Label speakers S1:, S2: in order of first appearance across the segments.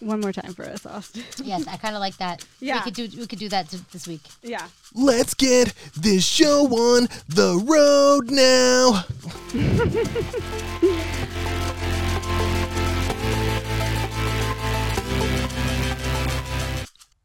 S1: One more time for us, Austin.
S2: yes, I kind of like that.
S1: Yeah.
S2: we could do we could do that t- this week.
S1: Yeah.
S3: Let's get this show on the road now.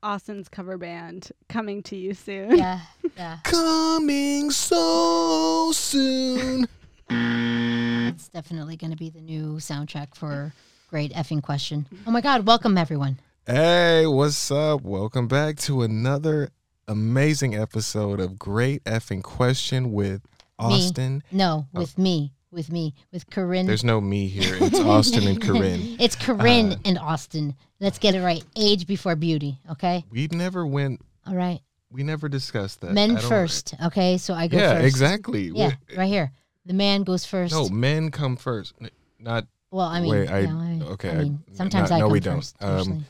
S1: Austin's cover band coming to you soon.
S2: Yeah, yeah,
S3: Coming so soon.
S2: it's definitely going to be the new soundtrack for Great Effing Question. Oh my God! Welcome everyone.
S3: Hey, what's up? Welcome back to another amazing episode of Great Effing Question with Austin.
S2: Me. No, with me, with me, with Corinne.
S3: Oh. There's no me here. It's Austin and Corinne. Uh,
S2: it's Corinne and Austin. Let's get it right. Age before beauty. Okay.
S3: We never went.
S2: All right.
S3: We never discussed that. I
S2: Men
S3: don't-
S2: first. Okay. So I go
S3: Yeah,
S2: first.
S3: exactly.
S2: Yeah,
S3: We're-
S2: right here. The man goes first.
S3: No, men come first. N- Not
S2: Well, I mean,
S3: Wait, I-
S2: you know, I-
S3: okay,
S2: I
S3: I-
S2: mean, sometimes
S3: no-
S2: I
S3: no,
S2: come
S3: we don't.
S2: first.
S3: Um,
S2: usually.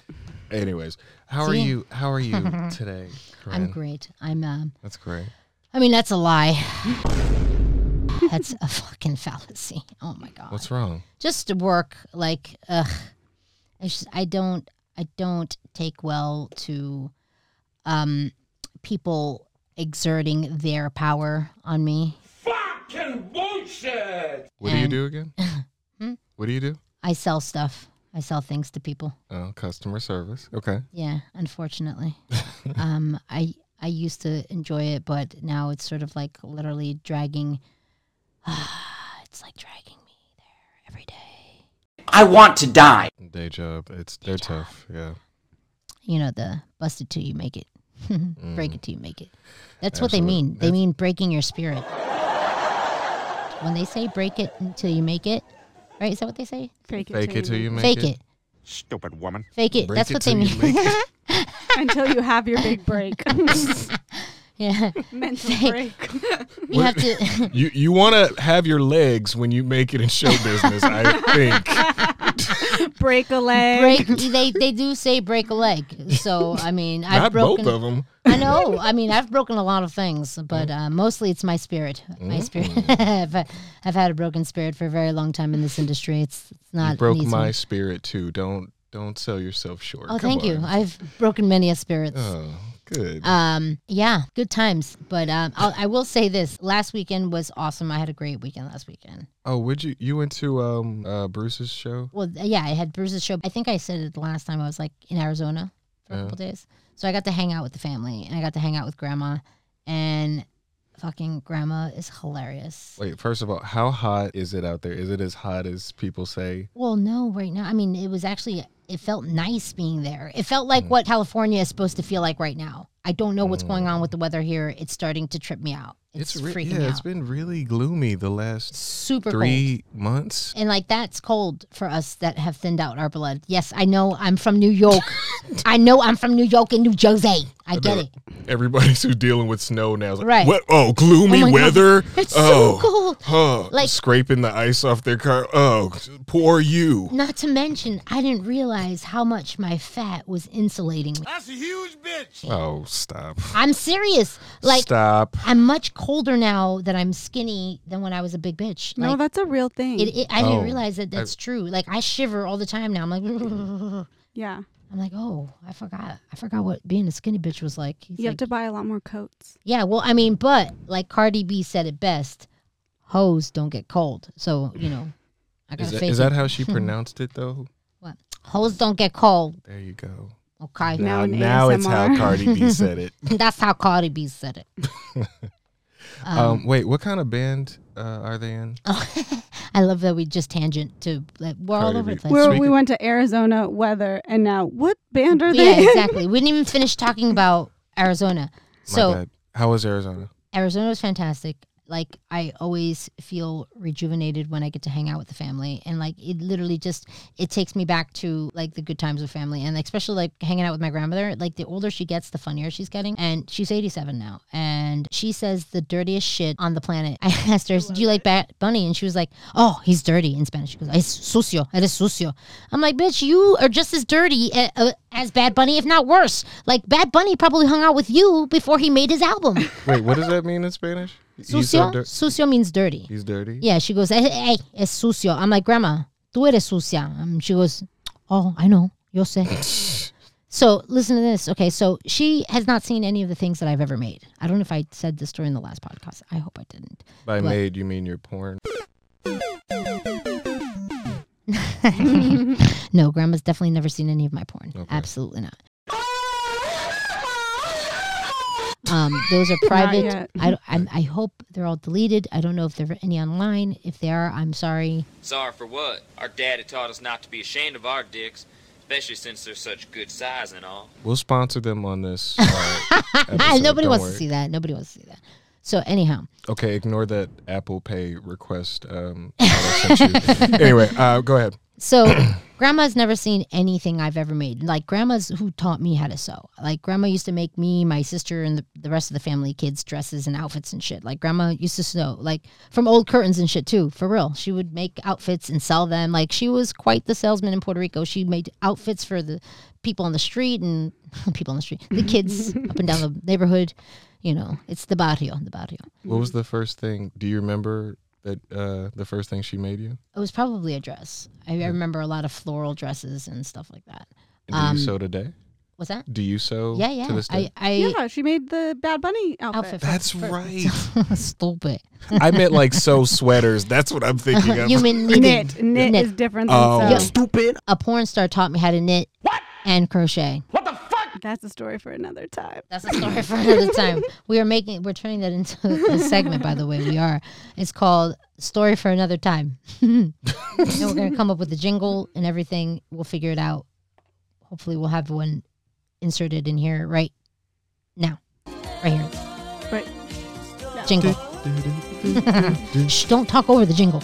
S3: Anyways, how are
S2: See?
S3: you? How are you today, Corinne?
S2: I'm great. I'm. Um,
S3: That's great.
S2: I mean, that's a lie. that's a fucking fallacy. Oh my god.
S3: What's wrong?
S2: Just work like ugh. I just, I don't I don't take well to um people exerting their power on me.
S3: What do you
S2: And- Hmm?
S3: do again? What do you do?
S2: I sell stuff. I sell things to people.
S3: Oh, customer service. Okay.
S2: Yeah, unfortunately. um, I I used to enjoy it, but now it's sort of like literally dragging. it's like dragging me there every day.
S4: I want to die.
S3: Day job. It's they're tough. Yeah.
S2: You know the bust it till you make it, break it till you make it. That's what they
S3: Mm. Absolute-
S2: mean. They
S3: that's-
S2: mean breaking your spirit. when they say break it until you make it, right? Is that what they say?
S1: Fake it,
S3: Fake it till you make
S2: Fake
S3: it.
S2: it.
S4: Stupid woman.
S2: Fake it.
S3: Break
S2: That's
S3: it
S2: what they
S3: till you
S2: mean.
S3: make it.
S1: until you have your big break.
S2: yeah.
S1: Mental break.
S2: You have to.
S3: You you want to have your legs when you make it in show business, I think.
S1: break a leg.
S2: break they they do say break a leg so i mean i've
S3: Not
S2: broken
S3: both of them.
S2: i know i mean i've broken a lot of things but
S3: Mm.
S2: uh, mostly it's my spirit my spirit I've, I've had a broken spirit for a very long time in this industry it's, it's not
S3: You broke
S2: an easy
S3: my
S2: one.
S3: spirit too. Don't don't sell yourself short.
S2: oh
S3: Come
S2: thank you
S3: on.
S2: i've broken many a spirits
S3: Oh, good.
S2: um yeah good times but um I'll, i will say this last weekend was awesome i had a great weekend last weekend
S3: oh, would you you went to um uh, Bruce's show?
S2: Well, th- yeah, I had Bruce's show. I think I said it the last time I was like in Arizona for a couple days. So I got to hang out with the family and I got to hang out with grandma. And fucking grandma is hilarious.
S3: Wait, first of all, how hot is it out there? Is it as hot as people say?
S2: Well, no, right now. I mean, it was actually, it felt nice being there. It felt
S3: Mm.
S2: like what California is supposed to feel like right now. I don't know what's going on with the weather here. It's starting to trip me out. It's,
S3: re-
S2: freaking
S3: yeah,
S2: me out.
S3: Mm. it's been really gloomy the last
S2: Super cold.
S3: three months.
S2: And like that's cold for us that have thinned out our blood. Yes, I know I'm from New York. I know I'm from New York and New Jersey. I get it.
S3: Everybody's who's dealing with snow now is like,
S2: Right.
S3: what? Oh, gloomy
S2: Oh my God.
S3: weather.
S2: It's
S3: oh.
S2: so cold.
S3: Oh,
S2: Like-
S3: scraping the ice off their car. Oh, poor you.
S2: Not to mention, I didn't realize how much my fat was insulating me.
S3: Oh, stop.
S2: I'm serious. Like
S3: stop.
S2: I'm much colder now that I'm skinny than when I was a big bitch.
S1: No,
S2: Like,
S1: that's a real thing.
S2: it, it, I
S3: Oh,
S2: didn't realize that that's true. Like I shiver all the time now. I'm like,
S1: yeah.
S2: I'm like, oh, I forgot. I forgot what being a skinny bitch was like. He's
S1: You
S2: like,
S1: have to buy a lot more coats.
S2: Yeah, well, I mean, but like Cardi B said it best, hoes don't get cold. So, you know, I got
S3: Is
S2: to
S3: that,
S2: face
S3: is that
S2: it. Hmm.
S3: how she pronounced it, though?
S2: What? Hoes don't get cold.
S3: There you go.
S2: Okay.
S1: Now
S3: now
S1: in
S3: now it's how
S1: ASMR.
S3: Cardi B said it.
S2: That's how Cardi B said it.
S3: Um, wait, what kind of band uh, are they in?
S2: I love that we just tangent to, like, we're all
S3: Cardi
S2: over
S3: B.
S2: the place.
S1: Where
S3: Speaking-
S1: we went to Arizona weather, and now what band are they?
S2: yeah,
S1: in?
S2: exactly. We didn't even finish talking about Arizona.
S3: My
S2: So,
S3: bad. how was Arizona?
S2: Arizona was fantastic. Like I always feel rejuvenated when I get to hang out with the family, and like it literally just it takes me back to like the good times with family, and like, especially like hanging out with my grandmother. Like the older she gets, the funnier she's getting, and she's eighty seven now, and she says the dirtiest shit on the planet. I asked her, "Do you like Bat Bunny?" And she was like, "Oh, he's dirty." In Spanish, she goes, "Es sucio, eres sucio." I'm like, "Bitch, you are just as dirty uh, uh, as Bad Bunny, if not worse." Like Bad Bunny probably hung out with you before he made his album.
S3: Wait, what does that mean in Spanish? He's so
S2: Sucio?
S3: dir-
S2: sucio means dirty.
S3: He's dirty.
S2: "Eh, Yeah, she goes, hey, hey, it's sucio. I'm like, Grandma, tú eres sucia. And she goes, oh, I know, yo sé. so listen to this. Okay, so she has not seen any of the things that I've ever made. I don't know if I said this during the last podcast. I hope I didn't.
S3: By
S2: What?
S3: made, you mean your porn.
S2: No, grandma's definitely never seen any of my porn.
S3: Okay.
S2: Absolutely not. Um, those are private.
S1: yet.
S2: I, don't- I'm- I hope they're all deleted. I don't know if there are any online. If they are, I'm sorry.
S5: Sorry for what? Our daddy taught us not to be ashamed of our dicks, especially since they're such good size and all.
S3: We'll sponsor them on this. Uh, episode,
S2: Ah, Nobody
S3: don't
S2: wants
S3: worry.
S2: to see that. Nobody wants to see that. So anyhow,
S3: Okay, ignore that Apple Pay request. Um, that I sent you. anyway, uh, go ahead.
S2: so grandma's never seen anything I've ever made. Like grandma's who taught me how to sew. Like grandma used to make me, my sister, and the, the rest of the family kids dresses and outfits and shit. Like grandma used to sew, like from old curtains and shit too. For real, she would make outfits and sell them. Like she was quite the salesman in Puerto Rico. She made outfits for the people on the street and people on the street, the kids up and down the neighborhood. You know, it's the barrio, the barrio.
S3: What was the first thing? Do you remember that uh, the first thing she made you?
S2: It was probably a dress. I,
S3: Hmm.
S2: I remember a lot of floral dresses and stuff like that.
S3: And do
S2: Um,
S3: you sew today?
S2: What's that?
S3: Do you sew?
S2: Yeah, yeah.
S3: To this day?
S2: I, I
S1: yeah, she made the Bad Bunny outfit.
S2: outfit. for-
S3: That's
S2: for-
S3: right.
S2: Stupid.
S3: I meant like sew sweaters. That's what I'm thinking of.
S2: You mean knitting?
S1: Knit. Knit,
S2: Knit.
S1: is different than
S3: oh,
S1: sew.
S3: stupid.
S2: A porn star taught me how to knit and crochet.
S1: That's a story for another time.
S2: That's a story for another time. We are making. We're turning that into a segment. By the way, we are. It's called "Story for Another Time." and we're gonna come up with a jingle and everything. We'll figure it out. Hopefully, we'll have one inserted in here right now, right here.
S1: Right.
S2: Jingle. Shh, don't talk over the jingle.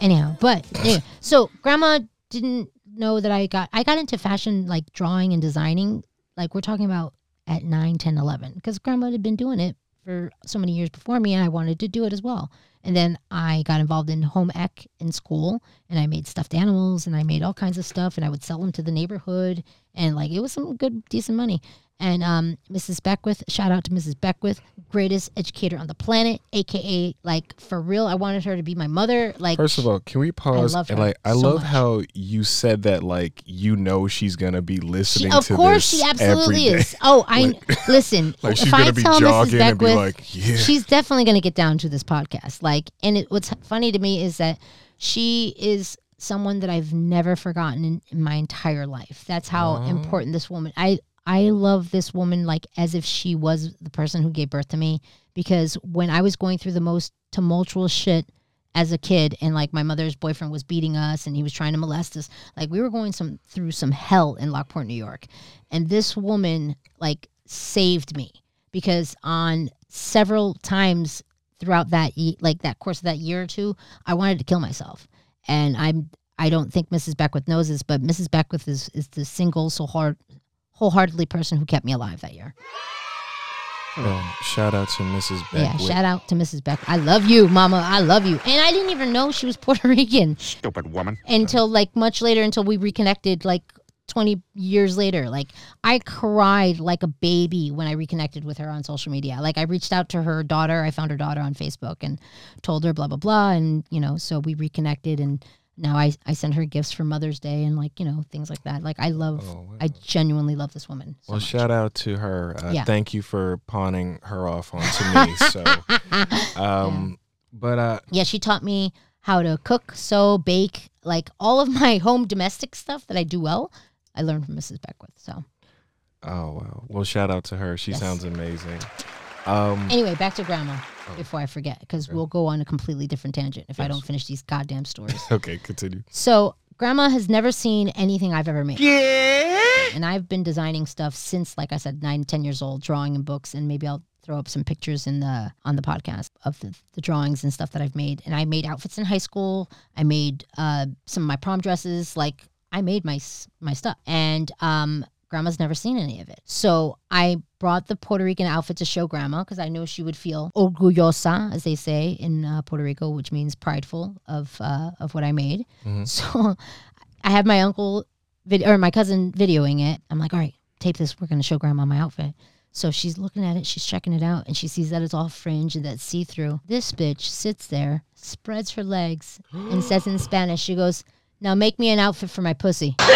S2: Anyhow, but yeah. so grandma didn't know that I got I got into fashion like drawing and designing like we're talking about at 9, 10, 11 because grandma had been doing it for so many years before me and I wanted to do it as well. And then I got involved in home ec in school and I made stuffed animals and I made all kinds of stuff and I would sell them to the neighborhood and like it was some good decent money. And um, Mrs. Beckwith, shout out to Mrs. Beckwith, greatest educator on the planet, aka like for real. I wanted her to be my mother. Like
S3: First of all, can we pause?
S2: love
S3: and
S2: her
S3: like, I
S2: so
S3: love
S2: much.
S3: how you said that. Like, you know, she's gonna be
S2: She,
S3: listening.
S2: of
S3: to
S2: course,
S3: this
S2: she absolutely
S3: every day.
S2: is. Oh, I listen.
S3: Like, she's
S2: if I
S3: gonna be
S2: tell Mrs.
S3: jogging and be
S2: Beckwith,
S3: like, "Yeah."
S2: she's definitely going to get down to this podcast. Like, and it, what's funny to me is that she is someone that I've never forgotten in, in my entire life. That's how important this woman. I I love this woman like as if she was the person who gave birth to me. Because when I was going through the most tumultuous shit as a kid and like my mother's boyfriend was beating us and he was trying to molest us like we were going some through some hell in lockport new york and this woman like saved me because on several times throughout that ye- like that course of that year or two i wanted to kill myself and i'm i don't think mrs beckwith knows this but mrs beckwith is is the single so hard wholeheartedly person who kept me alive that year
S3: Um, shout out to Mrs.
S2: yeah
S3: Beckwith.
S2: shout out to mrs beck i love you mama i love you and i didn't even know she was puerto rican
S4: Stupid woman.
S2: until like much later until we reconnected like 20 years later like i cried like a baby when i reconnected with her on social media like i reached out to her daughter i found her daughter on facebook and told her blah blah blah and you know so we reconnected and now i i send her gifts for mother's day and like you know things like that like i love
S3: Oh, wow.
S2: i genuinely love this woman so
S3: well,
S2: much.
S3: shout out to her. Uh,
S2: Yeah.
S3: Thank you for pawning her off onto me. So, um, but uh,
S2: yeah, she taught me how to cook, sew, bake, like all of my home domestic stuff that I do well. I learned from Mrs. Beckwith. So
S3: oh wow. Well, shout out to her. She
S2: Yes.
S3: sounds amazing. Um,
S2: anyway, back to grandma before I forget, because we'll go on a completely different tangent if I don't finish these goddamn stories.
S3: okay, continue.
S2: so grandma has never seen anything I've ever made. Yeah. And I've been designing stuff since, like I said, nine, ten years old, drawing in books, and maybe I'll throw up some pictures in the on the podcast of the, the drawings and stuff that I've made. And I made outfits in high school. I made uh, some of my prom dresses. Like I made my s- my stuff, and um, grandma's never seen any of it. So I brought the Puerto Rican outfit to show grandma because I know she would feel orgullosa, as they say in uh, Puerto Rico, which means prideful of uh, of what I made. So I had my uncle vid- or my cousin videoing it. I'm like, all right, tape this. We're gonna show grandma my outfit. So she's looking at it, she's checking it out, and she sees that it's all fringe and that's see through. This bitch sits there, spreads her legs, and says in Spanish, she goes, Now make me an outfit for my pussy.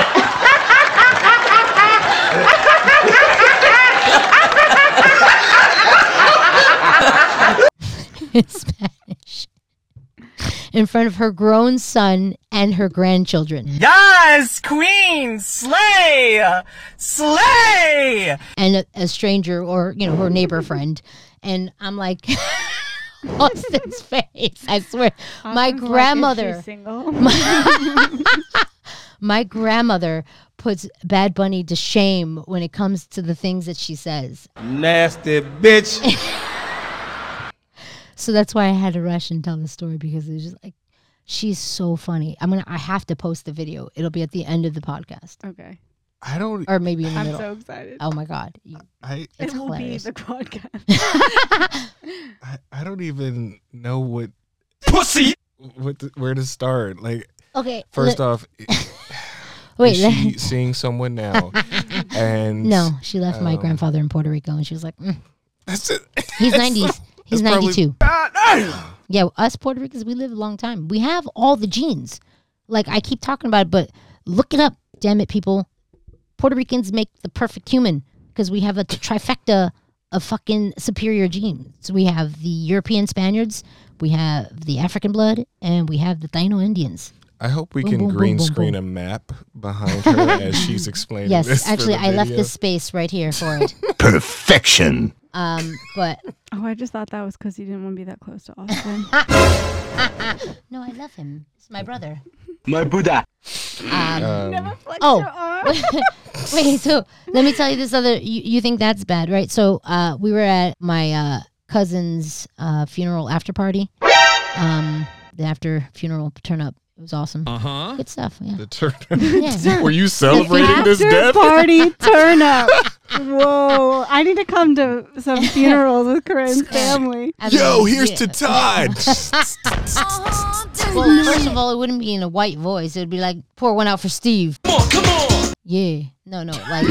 S2: in Spanish. In front of her grown son and her grandchildren.
S6: Yes, queen, slay, slay.
S2: and a, a stranger or you know her neighbor friend and i'm like austin's face i swear my
S1: Austin's like, "Is she
S2: grandmother
S1: single.
S2: my grandmother puts bad bunny to shame when it comes to the things that she says
S7: Nasty bitch.
S2: so that's why i had to rush and tell the story because it's just like she's so funny i'm gonna i have to post the video it'll be at the end of the podcast
S1: okay.
S3: I don't.
S2: or maybe in the
S1: I'm
S2: middle
S1: so excited.
S2: oh my god You-
S3: I,
S1: it
S2: it's
S1: will
S2: hilarious
S1: be the podcast.
S3: I I don't even know what
S4: Pussy!
S3: what the, where to start. Like
S2: okay
S3: first
S2: le-
S3: off,
S2: wait
S3: is
S2: le-
S3: she seeing someone now? And
S2: no she left my
S3: Um,
S2: grandfather in puerto rico and she was like mm,
S3: that's it.
S2: He's 90s. He's
S3: That's probably
S2: 92.
S3: bad.
S2: Yeah, us Puerto Ricans, we live a long time. We have all the genes. Like I keep talking about it, but look it up, damn it, people. Puerto Ricans make the perfect human because we have a t- trifecta of fucking superior genes. We have the European Spaniards, we have the African blood, and we have the Taino Indians.
S3: I hope we
S2: Boom,
S3: can
S2: boom, boom,
S3: green
S2: boom,
S3: screen a map behind her as she's explaining this.
S2: yes,
S3: for
S2: actually,
S3: the
S2: I left
S3: video.
S2: this space right here for it.
S7: Perfection.
S2: Um, but
S1: oh, I just thought that was because you didn't want to be that close to Austin.
S2: no, I love him. He's my brother.
S7: My Buddha.
S3: Um,
S1: Flex
S2: Oh.
S1: your arm.
S2: Wait, so let me tell you this other. You, you think that's bad, right? So uh, we were at my uh, cousin's uh, funeral after party. Um, the after funeral turn up. It was awesome. Uh huh. Good stuff. Yeah.
S3: the turtle.
S2: Yeah.
S3: Were you celebrating this
S1: After
S3: death?
S1: party turn up. Whoa. I need to come to some funerals with Corinne's family.
S2: I mean,
S3: Yo, here's
S2: yeah.
S3: to Todd.
S2: Well, first of all, it wouldn't be in a white voice. It would be like, pour one out for Steve. Come on, come on. Yeah. No, no. Like,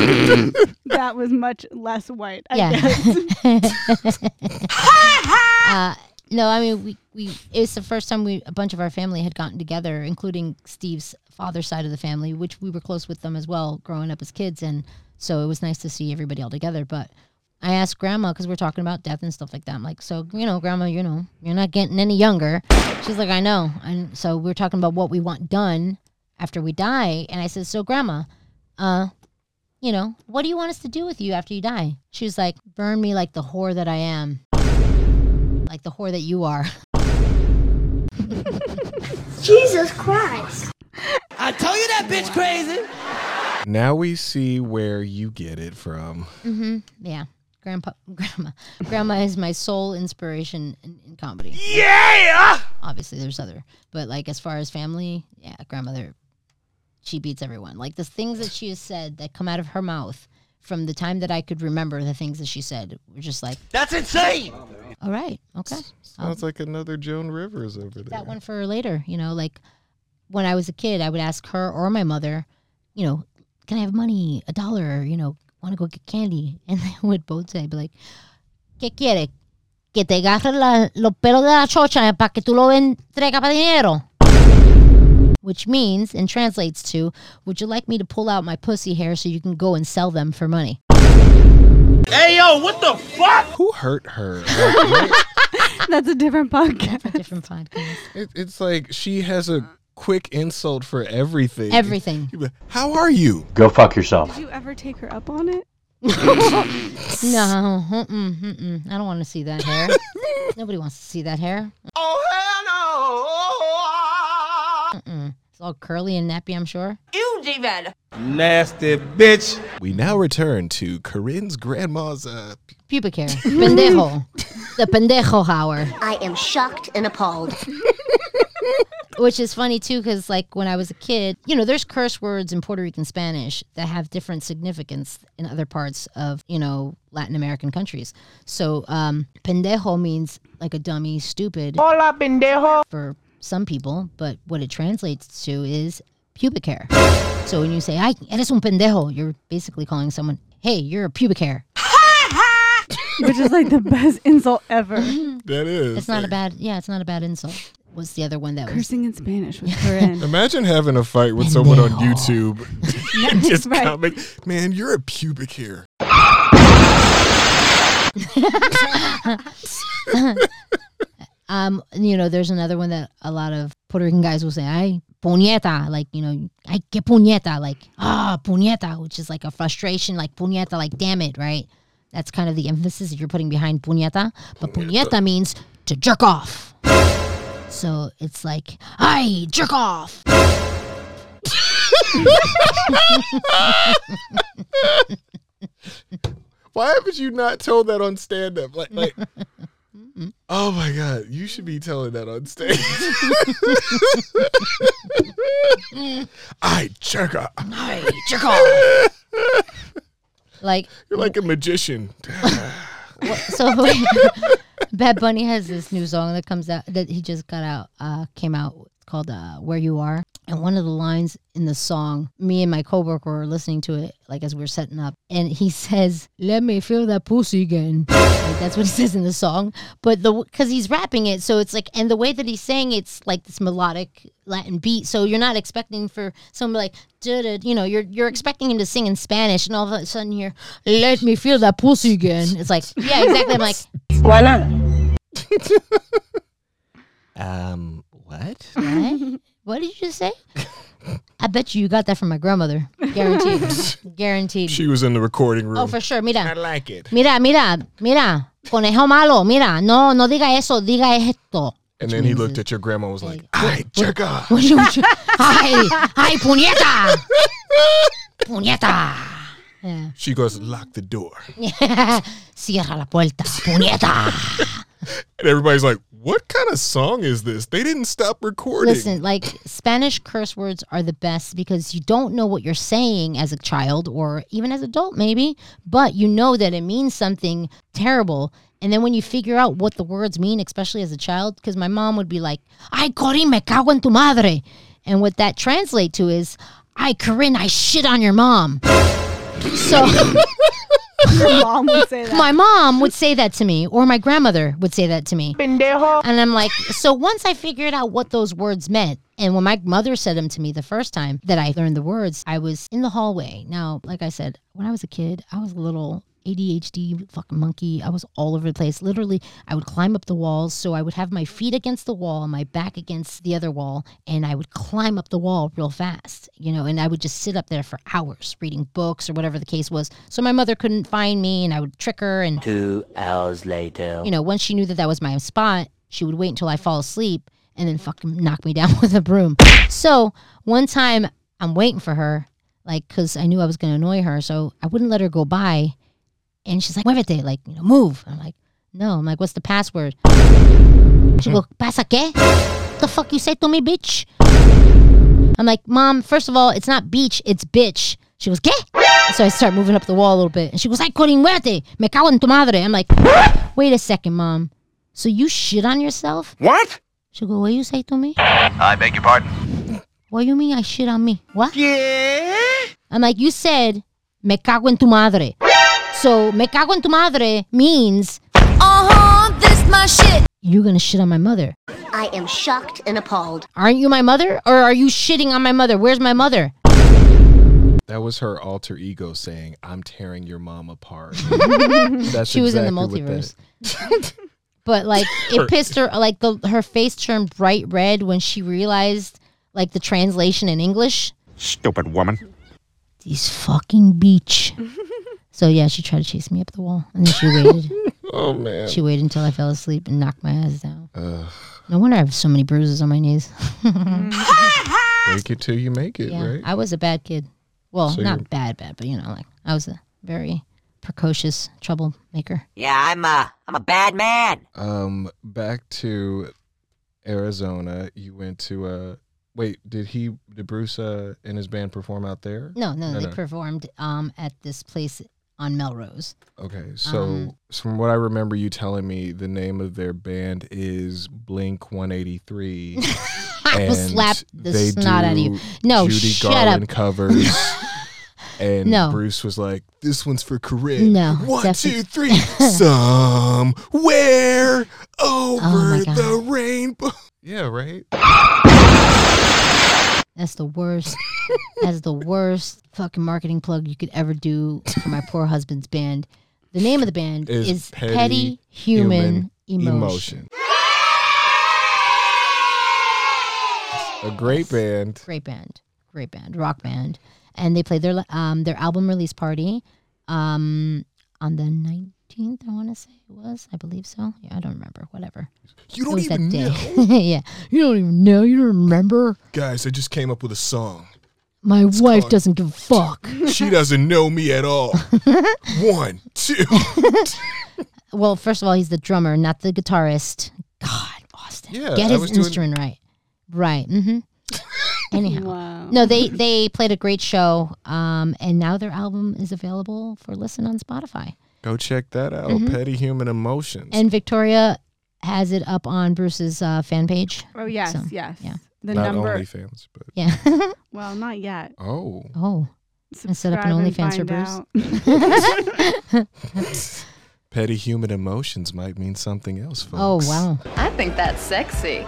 S1: That was much less white. I
S2: yeah.
S1: guess.
S2: uh, no, I mean we we it's the first time we a bunch of our family had gotten together, including Steve's father's side of the family, which we were close with them as well, growing up as kids, and so it was nice to see everybody all together. But I asked Grandma because we're talking about death and stuff like that. I'm like, so you know, Grandma, you know, you're not getting any younger. She's like, I know, and so we we're talking about what we want done after we die, and I said, so Grandma, uh, you know, what do you want us to do with you after you die? She was like, burn me like the whore that I am. Like the whore that you are.
S6: I told you that bitch crazy.
S3: now we see where you get it from.
S2: hmm Yeah. Grandpa, grandma, grandma is my sole inspiration in, in comedy.
S6: Yeah.
S2: Obviously, there's other, but like as far as family, yeah, grandmother, she beats everyone. Like the things that she has said that come out of her mouth from the time that I could remember, the things that she said were just like,
S6: That's insane.
S2: all right, okay,
S3: Sounds like another Joan Rivers over there.
S2: Um, that one for later. You know, like when I was a kid, I would ask her or my mother, you know, can I have money, a dollar, you know, want to go get candy? And they would both say, be like, ¿qué quiere? Que te agarre la, los pelos de la chocha para que tú lo entregas para dinero. Which means and translates to, would you like me to pull out my pussy hair so you can go and sell them for money?
S6: Hey yo, what the fuck?
S3: Who hurt her? Like, what-
S1: That's a different podcast.
S2: Different podcast.
S3: it, it's like she has a quick insult for everything.
S2: Everything.
S3: You be like, How are you?
S7: Go fuck yourself.
S1: Did you ever take her up on it?
S2: No, mm-mm, mm-mm. I don't want to see that hair. Nobody wants to see that hair.
S6: Oh hell
S2: Mm-mm. It's all curly and nappy, I'm sure.
S7: Nasty bitch.
S3: We now return to Corinne's grandma's. Uh,
S2: Pubic hair. Pendejo. the pendejo hour.
S8: I am shocked and appalled.
S2: Which is funny, too, because, like, when I was a kid, you know, there's curse words in Puerto Rican Spanish that have different significance in other parts of, you know, Latin American countries. So, um, pendejo means like a dummy, stupid. Hola, pendejo. For some people, but what it translates to is pubic hair. So when you say, ay, eres un pendejo, you're basically calling someone, hey, you're a pubic hair.
S6: no!
S1: which is like the best insult ever.
S3: That is.
S2: Mm. It's not a bad yeah, it's not a bad insult. Was the other one that was
S1: Cursing in Spanish with Corinne.
S3: Imagine having a fight with someone on
S2: Pendejo.
S3: YouTube. Just
S1: right.
S3: comment, man, you're a pubic hair.
S2: um you know, there's another one that a lot of Puerto Rican guys will say, I puñeta, like, you know, I que puñeta, like ah puñeta, which is like a frustration, like puñeta, like damn it, right? That's kind of the emphasis that you're putting behind puñeta. But puñeta means to jerk off. So it's like, I jerk off.
S3: Why haven't you not told that on stand up? Like, like oh my God, you should be telling that on stage. I jerk off.
S2: I jerk off. like
S3: You're like a magician.
S2: so Bad Bunny has this new song that comes out that he just got out uh came out called uh Where You Are. And one of the lines in the song, me and my coworker were listening to it like as we were setting up and he says, "Let me feel that pussy again." Like, that's what he says in the song, but the cuz he's rapping it, so it's like and the way that he's saying it's like this melodic Latin beat, so you're not expecting for someone like da-da, you know, you're you're expecting him to sing in Spanish and all of a sudden you're, "Let me feel that pussy again." It's like, yeah, exactly. I'm like
S9: Um, what?
S2: What? what did you just say? I bet you you got that from my grandmother. Guaranteed. Guaranteed.
S3: She was in the recording room.
S2: oh, for sure. Mira,
S3: like it.
S2: mira, mira, mira. Conejo malo. Mira, no, no diga eso. Diga esto.
S3: And then he looked at your grandma and was like, I jerk off.
S2: What you? Ay, ay, puñeta. Puñeta. Yeah.
S3: She goes, lock the door.
S2: Cierra la puerta. Puñeta.
S3: And everybody's like, what kind of song is this? They didn't stop recording.
S2: Listen, like Spanish curse words are the best because you don't know what you're saying as a child or even as adult maybe, but you know that it means something terrible. And then when you figure out what the words mean, especially as a child, because my mom would be like, "Ay, Corin, me cago en tu madre," and what that translate to is, "Ay, Corinne, I shit on your mom." so
S1: Your mom would say that.
S2: my mom would say that to me, or my grandmother would say that to me. And I'm like, so once I figured out what those words meant, and when my mother said them to me the first time that I learned the words, I was in the hallway. Now, like I said, when I was a kid, I was a little ADHD fucking monkey. I was all over the place. Literally, I would climb up the walls. So I would have my feet against the wall, my back against the other wall, and I would climb up the wall real fast, you know, and I would just sit up there for hours reading books or whatever the case was. So my mother couldn't find me and I would trick her and
S9: Two hours later.
S2: you know, once she knew that that was my spot, she would wait until I fall asleep and then fucking knock me down with a broom. So one time I'm waiting for her, like, cause I knew I was gonna annoy her. So I wouldn't let her go by. And she's like, muévete, like, you know, move. I'm like, no. I'm like, what's the password? She goes, pasa qué? The fuck you say to me, bitch? I'm like, mom, first of all, it's not beach, it's bitch. She goes, ¿qué? So I start moving up the wall a little bit. And she goes, ay, Corin, muérete. Me cago en tu madre. I'm like, wait a second, mom. So you shit on yourself?
S4: What?
S2: She go, what you say to me?
S4: I beg your pardon.
S2: What you mean I shit on me? What? Yeah. I'm like, you said, me cago en tu madre. So me cago en tu madre means
S8: Uh-huh, this my shit.
S2: you're gonna shit on my mother.
S8: I am shocked and appalled.
S2: Aren't you my mother? Or are you shitting on my mother? Where's my mother?
S3: That was her alter ego saying, I'm tearing your mom apart. That's
S2: She was in the
S3: exactly what that-
S2: multiverse. but like it pissed her like the her face turned bright red when she realized like the translation in English.
S4: Stupid woman.
S2: These fucking beach. so yeah, she tried to chase me up the wall, and then she waited.
S3: Oh, man.
S2: she waited until I fell asleep and knocked my ass down.
S3: uh,
S2: No wonder I have so many bruises on my knees. Mm-hmm.
S3: Make it till you make it,
S2: yeah,
S3: right?
S2: I was a bad kid. Well,
S3: So you're-
S2: not bad, bad, but you know, like I was a very precocious troublemaker.
S10: Yeah, I'm a, I'm a bad man.
S3: um back to arizona you went to uh wait did he did bruce uh and his band perform out there
S2: No, no,
S3: No,
S2: they
S3: no.
S2: performed um at this place on Melrose.
S3: okay so
S2: Um,
S3: from what i remember you telling me the name of their band is blink 183
S2: I will
S3: and
S2: slap the
S3: they
S2: snot out of you.
S3: do
S2: No,
S3: judy
S2: shut
S3: garland
S2: up.
S3: covers And
S2: No.
S3: Bruce was like, "This one's for Corinne."
S2: No,
S3: one,
S2: defi-
S3: two, three. Somewhere over
S2: Oh my God.
S3: the rainbow. Yeah, right.
S2: That's the worst. That's the worst fucking marketing plug you could ever do for my poor husband's band. The name of the band
S3: Is
S2: is,
S3: Petty
S2: Petty, Human, Emotion.
S3: A great band.
S2: Great band, great band, rock band, and they played their li- um their album release party, um on the nineteenth. I want to say it was. I believe so. Yeah, I don't remember. Whatever.
S3: You
S2: It
S3: don't
S2: was
S3: even
S2: that
S3: know,
S2: day. yeah, you don't even know. You don't remember.
S3: guys. I just came up with a song.
S2: My wife
S3: called-
S2: doesn't give a fuck.
S3: She doesn't know me at all. One, two.
S2: Well, first of all, he's the drummer, not the guitarist. God, Austin,
S3: Yeah,
S2: get
S3: I
S2: his
S3: was doing-
S2: instrument right. Right. Mm-hmm. Anyhow,
S1: Wow.
S2: no, they they played a great show, um, and now their album is available for listen on Spotify.
S3: Go check that out. Petty Human Emotions.
S2: Mm-hmm. And Victoria has it up on Bruce's uh, fan page.
S1: Oh yes,
S2: So,
S1: yes.
S2: yeah.
S1: The
S3: Not
S1: number.
S3: OnlyFans, but
S2: Yeah.
S1: Well, not yet.
S3: oh,
S2: oh, I set up an
S1: Subscribe and
S2: OnlyFans for
S1: find
S2: Bruce.
S1: out.
S3: Petty Human Emotions might mean something else,
S2: oh
S3: folks.
S2: wow,
S11: I think that's sexy.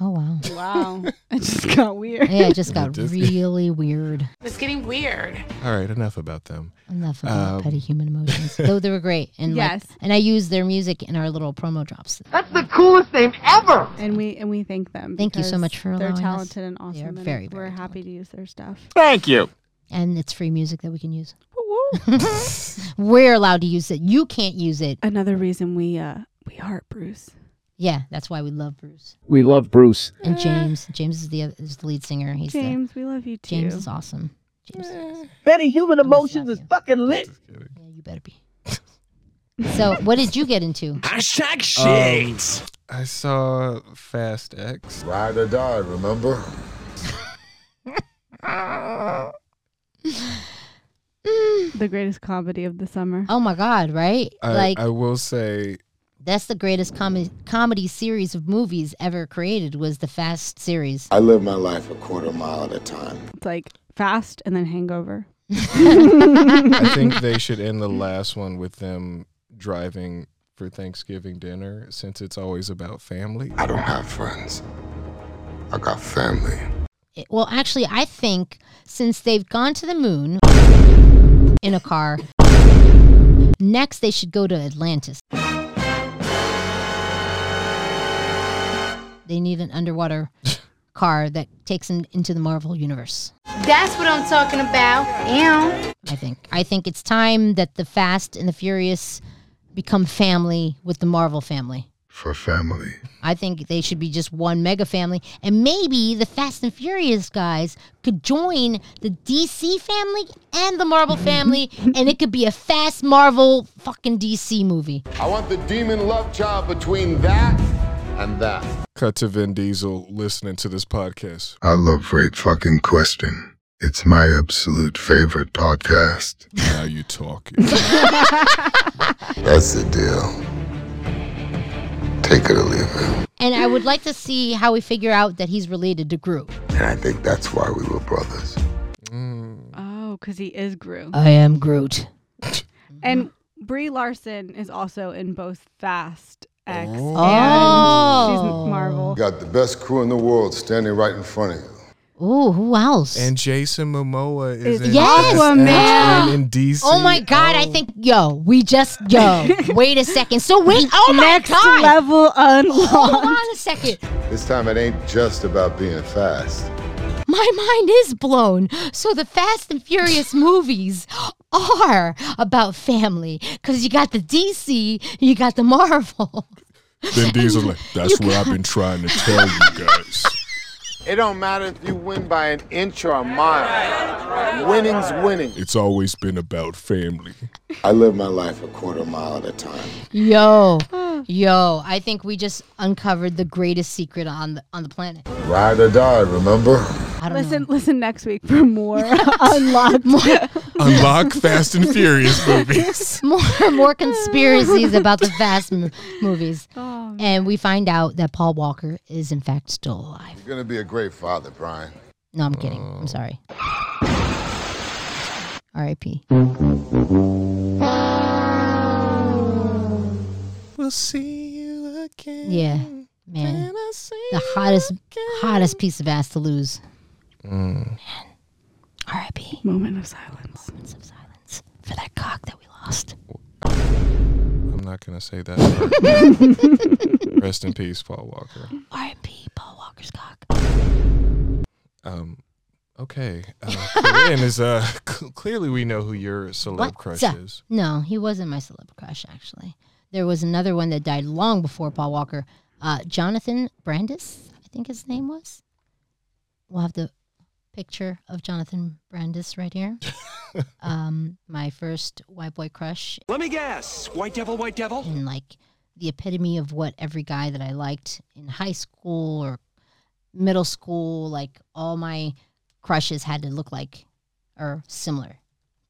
S2: oh wow.
S1: Wow, it just got weird.
S2: Yeah, it just got
S3: Just-
S2: really weird.
S11: It's getting weird.
S3: All right, enough about them.
S2: Enough about
S3: Um,
S2: petty human emotions. Though they were great, and
S1: Yes.
S2: like, and I use their music in our little promo drops.
S1: And we and we thank them.
S2: Thank you so
S1: because
S2: much for
S1: They're
S2: allowing us.
S1: talented and awesome.
S2: They are
S1: and
S2: very,
S1: we're
S2: very
S1: happy to use their stuff.
S2: and it's free music that we can use.
S1: Woo-woo.
S2: We're allowed to use it. You can't use it.
S1: Another reason we uh we heart Bruce.
S2: Yeah, that's why we love Bruce
S7: We love Bruce.
S2: and James. James is the other, is the lead singer. He's the,
S1: James, we love you too.
S2: James is awesome. James, is awesome.
S6: Eh. Betty Human
S2: love
S6: Emotions is
S2: you.
S6: fucking lit.
S2: yeah, you better be. so, what did you get into?
S6: Hashtag
S3: Um, I saw Fast X.
S12: Ride or die, remember?
S1: the greatest comedy of the summer.
S2: Oh my God! Right?
S3: I,
S2: like
S3: I will say,
S2: that's the greatest comedy comedy series of movies ever created was the Fast series.
S12: I live my life a quarter mile at a time.
S1: It's like fast and then hangover.
S3: I think they should end the last one with them driving for Thanksgiving dinner since it's always about family.
S12: I don't have friends. I got family.
S2: It- well, actually, I think since they've gone to the moon in a car, next they should go to Atlantis. They need an underwater car that takes them into the Marvel universe.
S11: That's what I'm talking about. Ew.
S2: I think. I think it's time that the Fast and the Furious become family with the Marvel family.
S12: For family.
S2: I think they should be just one mega family, and maybe the Fast and Furious guys could join the DC family and the Marvel family, and it could be a Fast Marvel fucking DC movie.
S12: I want the demon love child between that and that.
S3: Cut to Vin Diesel listening to this podcast.
S12: I love Great Fucking Question. It's my absolute favorite podcast.
S3: Now you talking.
S12: That's the deal. Take it or leave it.
S2: And I would like to see how we figure out that he's related to Groot.
S12: And I think that's why we were brothers.
S1: Oh, because he is Gru.
S2: I am Groot.
S1: and Brie Larson is also in both Fast X and
S2: Oh.
S1: she's Marvel.
S12: You got the best crew in the world standing right in front of you.
S2: Ooh, who else?
S3: and Jason Momoa is
S1: It's
S3: in
S2: Yes!
S3: Fast X
S2: Aquaman!
S3: and in DC.
S2: Oh my God! I
S3: Oh.
S2: think yo, we just yo. wait a second. So wait. Oh my
S1: Next
S2: God!
S1: level
S2: Hold
S1: unlocked.
S2: on a second.
S12: This time it ain't just about being fast.
S2: My mind is blown. So the Fast and Furious movies are about family because you got the DC, you got the Marvel.
S3: Vin Diesel's like, that's what I've been trying to tell you guys.
S12: It don't matter if you win by an inch or a mile. Winning's winning.
S3: It's always been about family.
S12: I live my life a quarter mile at a time.
S2: Yo, yo! I think we just uncovered the greatest secret on the on the planet.
S12: Ride or die, remember?
S2: I don't
S1: Listen, listen next week for more unlocked.
S3: Unlock Fast and Furious movies.
S2: know more more conspiracies about the Fast mo- movies, and we find out that Paul Walker is in fact still alive.
S12: You're gonna be a great father, Brian.
S3: Oh.
S2: No, I'm kidding. I'm sorry. All R.I.P.
S3: We'll see you again.
S2: Yeah, man, the hottest, hottest piece of ass to lose.
S3: Mm.
S2: R.I.P.
S1: Moment of silence.
S2: Moments of silence for that cock that we lost.
S3: I'm not gonna say that. Rest in peace, Paul Walker.
S2: R.I.P. Paul Walker's cock.
S3: Um, okay. Uh, Korean is uh c- clearly we know who your celeb crush
S2: So-
S3: is.
S2: No, he wasn't my celeb crush. Actually, there was another one that died long before Paul Walker. Uh, Jonathan Brandis, I think his name was. We'll have the picture of Jonathan Brandis right here. um, my first white boy crush
S13: Let me guess. White devil, white devil?
S2: and like the epitome of what every guy that I liked in high school or middle school, like all my crushes had to look like or similar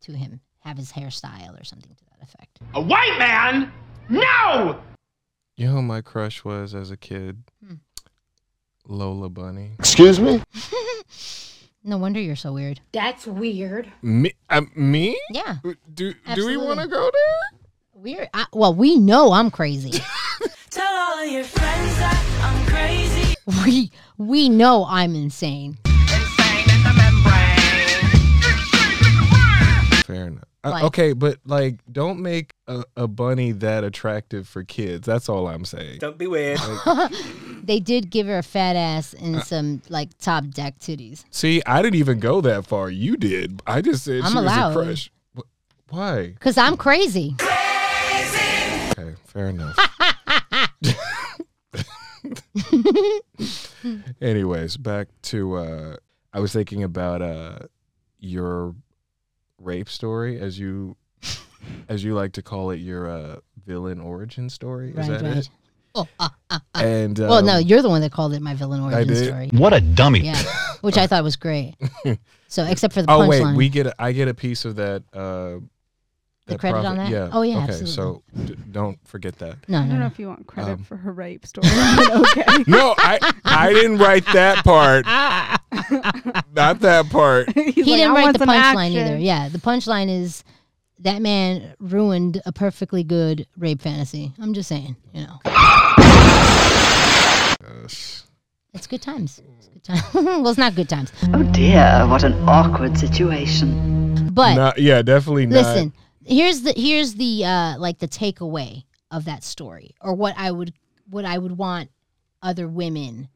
S2: to him, have his hairstyle or something to that effect.
S6: A white man? No!
S3: You know who my crush was as a kid?
S2: Hmm.
S3: Lola Bunny.
S12: Excuse me?
S2: No wonder you're so weird. That's weird.
S3: Me? Uh, me?
S2: Yeah.
S3: Do do we
S2: Absolutely.
S3: want to go there?
S2: Weird. I, well, we know I'm crazy.
S6: Tell all of your friends that I'm crazy.
S2: we we know I'm insane.
S3: Fair enough. Uh,
S2: Like-
S3: okay, but like, don't make a, a bunny that attractive for kids. That's all I'm saying.
S7: Don't be weird.
S2: they did give her a fat ass and
S3: Uh.
S2: some like top deck titties.
S3: See, I didn't even go that far. You did. I just said
S2: I'm
S3: she
S2: allowed.
S3: was a crush. Wh- Why?
S2: Cause I'm crazy.
S3: Okay, fair enough. Anyways, back to uh I was thinking about uh your rape story as you as you like to call it your uh villain origin story. Is that it?
S2: Oh, ah, ah, ah.
S3: And
S2: well, no,
S3: um,
S2: you're the one that called it my villain origin
S3: did?
S2: story.
S3: What a dummy.
S2: Yeah, which I thought was great. So, except for the
S3: oh wait,
S2: punchline,
S3: we get a, I get a piece of that. Uh,
S2: The credit on that?
S3: Yeah.
S2: Oh, yeah,
S3: Okay,
S2: absolutely.
S3: so d- don't forget that.
S2: No,
S1: I
S2: no,
S1: don't
S2: no.
S1: know if you want credit
S3: Um,
S1: for her rape story. but okay.
S3: No, I I didn't write that part. Not that part.
S2: he
S1: like,
S2: didn't
S1: "I
S2: write
S1: want
S2: the
S1: some
S2: punchline
S1: action."
S2: either. Yeah, the punchline is that man ruined a perfectly good rape fantasy. I'm just saying, you know, it's good times. It's good times. well, it's not good times,
S14: Oh dear, what an awkward situation.
S2: but
S3: Not- yeah, definitely not.
S2: listen here's the here's the uh like the takeaway of that story or what i would what i would want other women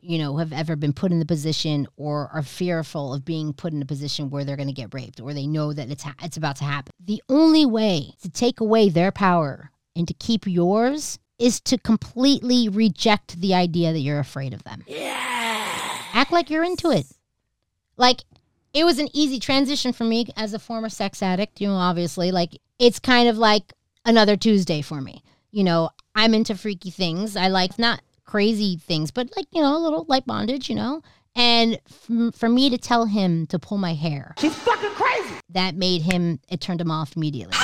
S2: you know have ever been put in the position or are fearful of being put in a position where they're going to get raped or they know that it's ha- it's about to happen the only way to take away their power and to keep yours is to completely reject the idea that you're afraid of them act like you're into it like it was an easy transition for me as a former sex addict you know obviously like it's kind of like another tuesday for me you know i'm into freaky things i like not crazy things but like you know a little light bondage you know and f- for me to tell him to pull my hair she's fucking crazy that made him it turned him off immediately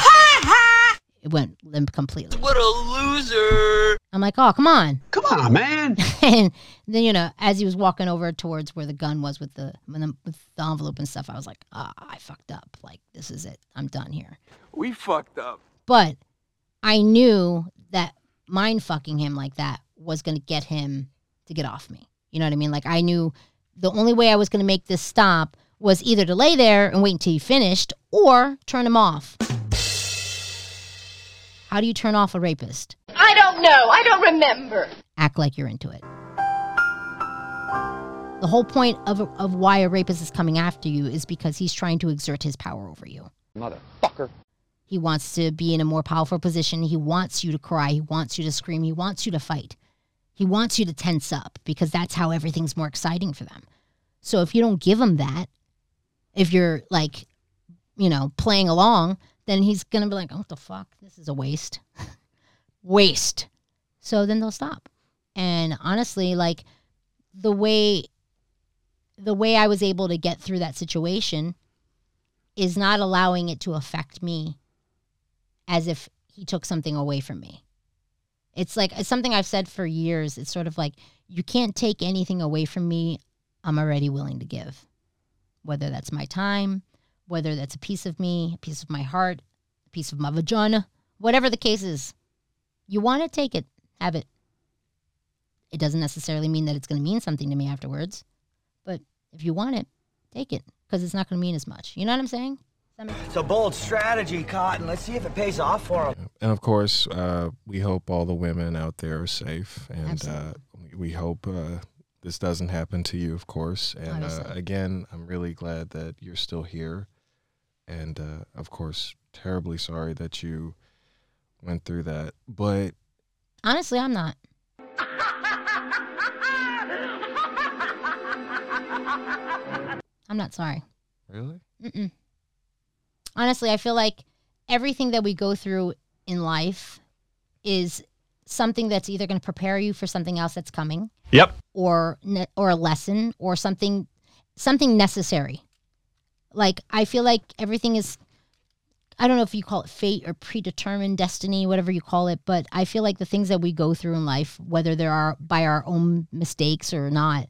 S2: it went limp completely
S6: What a loser.
S2: i'm like oh come on
S6: Come on, man.
S2: and then you know as he was walking over towards where the gun was with the with the- with the envelope and stuff i was like ah i fucked up like this is it i'm done here
S6: We fucked up.
S2: but i knew that mind fucking him like that was going to get him to get off me you know what i mean like i knew the only way i was going to make this stop was either to lay there and wait until he finished or turn him off how do you turn off a rapist
S11: I don't know. I don't remember.
S2: act like you're into it. The whole point of, of why a rapist is coming after you is because he's trying to exert his power over you.
S6: Motherfucker.
S2: He wants to be in a more powerful position. He wants you to cry. He wants you to scream. He wants you to fight. He wants you to tense up because that's how everything's more exciting for them. So if you don't give him that, if you're like, you know, playing along, then he's going to be like, oh, what the fuck? This is a waste. waste. So then they'll stop. And honestly, like the way the way I was able to get through that situation is not allowing it to affect me as if he took something away from me. It's like it's something I've said for years. It's sort of like you can't take anything away from me. I'm already willing to give. Whether that's my time, whether that's a piece of me, a piece of my heart, a piece of my vagina, whatever the case is. You want to take it, have it. It doesn't necessarily mean that it's going to mean something to me afterwards, but if you want it, take it because it's not going to mean as much. You know what I'm saying?
S15: It's a bold strategy, Cotton. Let's see if it pays off for him.
S3: And of course, uh, we hope all the women out there are safe, and uh, we- we hope uh, this doesn't happen to you, of course. And uh,
S16: Obviously.
S3: again, I'm really glad that you're still here, and uh, of course, terribly sorry that you went through that. But
S2: Honestly, I'm not. I'm not sorry.
S3: really,
S2: Mm-mm. Honestly, I feel like everything that we go through in life is something that's either going to prepare you for something else that's coming.
S17: Yep.
S2: Or ne- or a lesson or something something necessary. Like I feel like everything is I don't know if you call it fate or predetermined destiny, whatever you call it, but I feel like the things that we go through in life, whether they are by our own mistakes or not,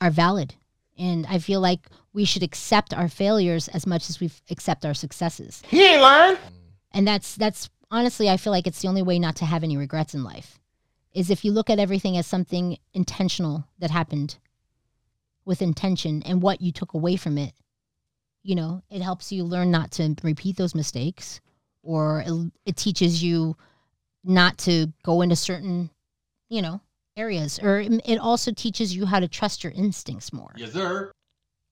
S2: are valid. And I feel like we should accept our failures as much as we accept our successes.
S15: He ain't lying.
S2: And that's that's honestly I feel like it's the only way not to have any regrets in life is if you look at everything as something intentional that happened with intention and what you took away from it. You know, it helps you learn not to repeat those mistakes or it, it teaches you not to go into certain, you know, areas or it it also teaches you how to trust your instincts more
S18: Yes, sir.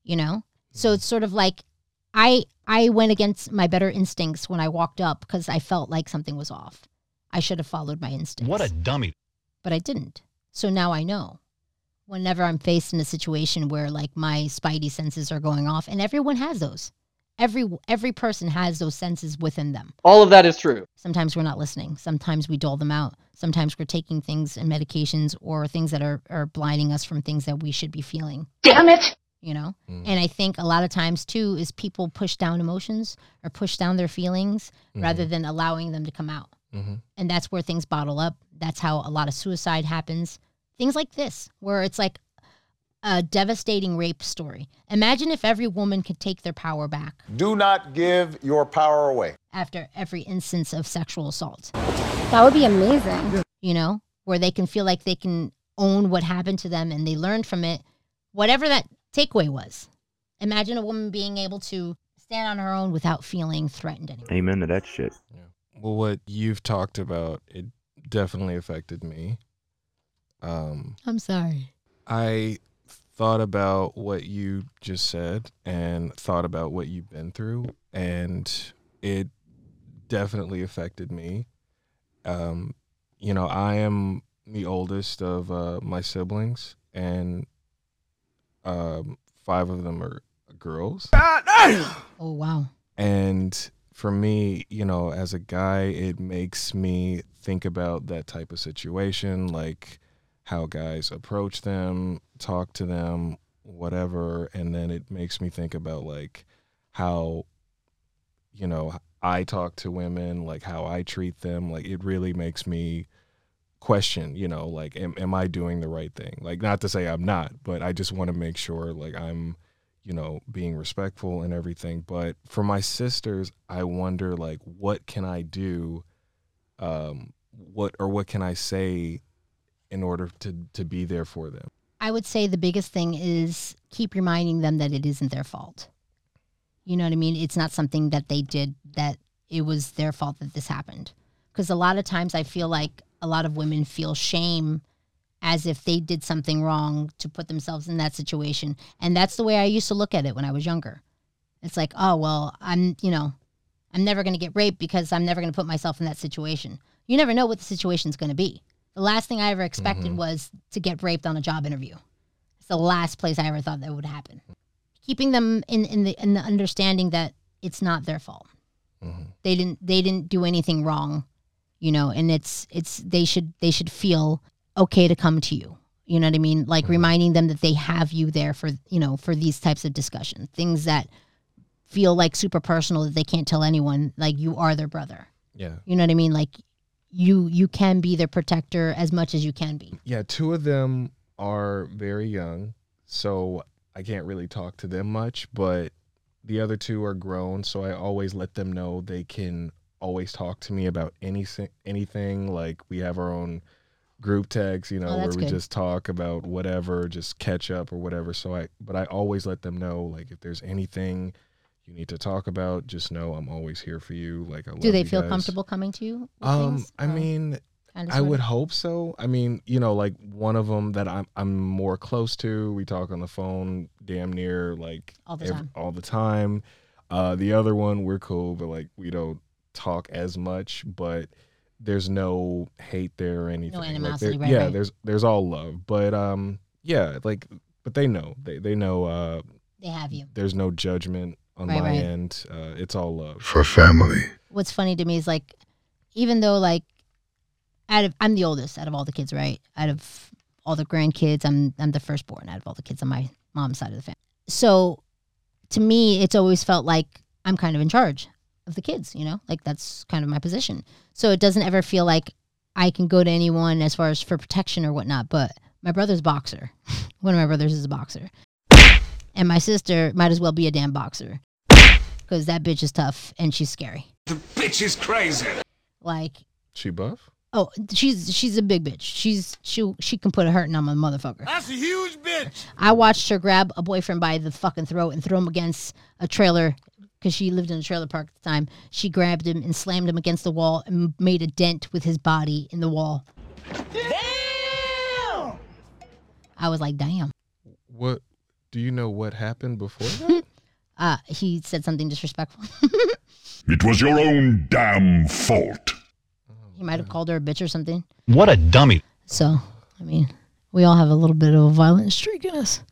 S2: you know so it's sort of like i i went against my better instincts when i walked up because i felt like something was off i should have followed my instincts
S17: What a dummy.
S2: but i didn't so now i know whenever i'm faced in a situation where like my spidey senses are going off and everyone has those every every person has those senses within them
S19: All of that is true.
S2: sometimes we're not listening sometimes we dull them out sometimes we're taking things and medications or things that are, are blinding us from things that we should be feeling
S11: Damn it.
S2: you know and i think a lot of times too is people push down emotions or push down their feelings rather than allowing them to come out
S3: Mhm.
S2: and that's where things bottle up that's how a lot of suicide happens things like this where it's like a devastating rape story imagine if every woman could take their power back
S20: Do not give your power away.
S2: after every instance of sexual assault that would be amazing you know where they can feel like they can own what happened to them and they learned from it whatever that takeaway was imagine a woman being able to stand on her own without feeling threatened anymore
S3: Amen to that shit. Yeah. Well, what you've talked about, it definitely affected me. Um,
S2: i'm sorry
S3: I thought about what you just said and thought about what you've been through, and it definitely affected me. Um, you know, I am the oldest of uh, my siblings, and um, five of them are girls.
S2: oh wow
S3: And for me, you know, as a guy, it makes me think about that type of situation, like how guys approach them, talk to them, whatever. And then it makes me think about like how, you know, I talk to women, like how I treat them. Like it really makes me question, you know, like am, am I doing the right thing? Like not to say I'm not, but I just want to make sure like I'm, you know, being respectful and everything. But for my sisters, I wonder like what can I do um what or what can I say in order to to be there for them?
S2: I would say the biggest thing is keep reminding them that it isn't their fault. You know what I mean? It's not something that they did that it was their fault that this happened. Because a lot of times I feel like a lot of women feel shame as if they did something wrong to put themselves in that situation. And that's the way I used to look at it when I was younger. It's like, oh, well, I'm, you know, I'm never going to get raped because I'm never going to put myself in that situation. You never know what the situation's going to be. The last thing I ever expected
S21: Mhm.
S2: was to get raped on a job interview. It's the last place I ever thought that would happen. Keeping them in, in the in the understanding that it's not their fault. They didn't they didn't do anything wrong, you know, and it's it's they should they should feel okay to come to you. You know what I mean? Like reminding them that they have you there for, you know, for these types of discussion, things that feel like super personal that they can't tell anyone like you are their brother.
S3: Yeah.
S2: You know what I mean? Like you you can be their protector as much as you can be.
S3: Yeah, two of them are very young, so I can't really talk to them much, but The other two are grown, so I always let them know they can always talk to me about anything. Anything like we have our own group text, you know,
S2: Oh,
S3: where
S2: that's
S3: we
S2: good.
S3: just talk about whatever, just catch up or whatever. So I, but I always let them know like if there's anything you need to talk about, just know I'm always here for you. Like I
S2: Do
S3: love
S2: they
S3: you
S2: feel
S3: guys.
S2: comfortable coming to you? with
S3: Um,
S2: things? Oh.
S3: I
S2: Or
S3: mean,
S2: kinda
S3: I would
S2: sorta?
S3: hope so. I mean, you know, like one of them that I'm I'm more close to. We talk on the phone damn near like
S2: All the time.
S3: all the time. Uh, the other one we're cool, but like we don't talk as much. But there's no hate there or anything. Like, there-
S2: animosity, right,
S3: Yeah,
S2: right.
S3: there's there's all love. But um, yeah, like but they know they they know uh
S2: They have you.
S3: There's no judgment on
S2: Right,
S3: my
S2: right.
S3: end. Uh, it's all love for family.
S2: What's funny to me is like, even though like, out of I'm the oldest out of all the kids, right? Out of all the grandkids, I'm I'm the firstborn out of all the kids on my mom's side of the family. So, to me, it's always felt like I'm kind of in charge of the kids. You know, like that's kind of my position. So it doesn't ever feel like I can go to anyone as far as for protection or whatnot. But my brother's a boxer. One of my brothers is a boxer. And my sister might as well be a damn boxer. Because that bitch is tough and she's scary.
S13: Bitch is crazy.
S2: Like,
S3: She buff.
S2: oh, she's she's a big bitch. She's she she can put a hurting on my motherfucker.
S7: That's a huge bitch.
S2: I watched her grab a boyfriend by the fucking throat and throw him against a trailer because she lived in a trailer park at the time. She grabbed him and slammed him against the wall and made a dent with his body in the wall. I was like, damn.
S3: What do you know? What happened before that?
S2: Uh, he said something disrespectful.
S16: It was your own damn fault.
S2: he might have called her a bitch or something.
S16: What a dummy.
S2: So, I mean, we all have a little bit of a violent streak in us.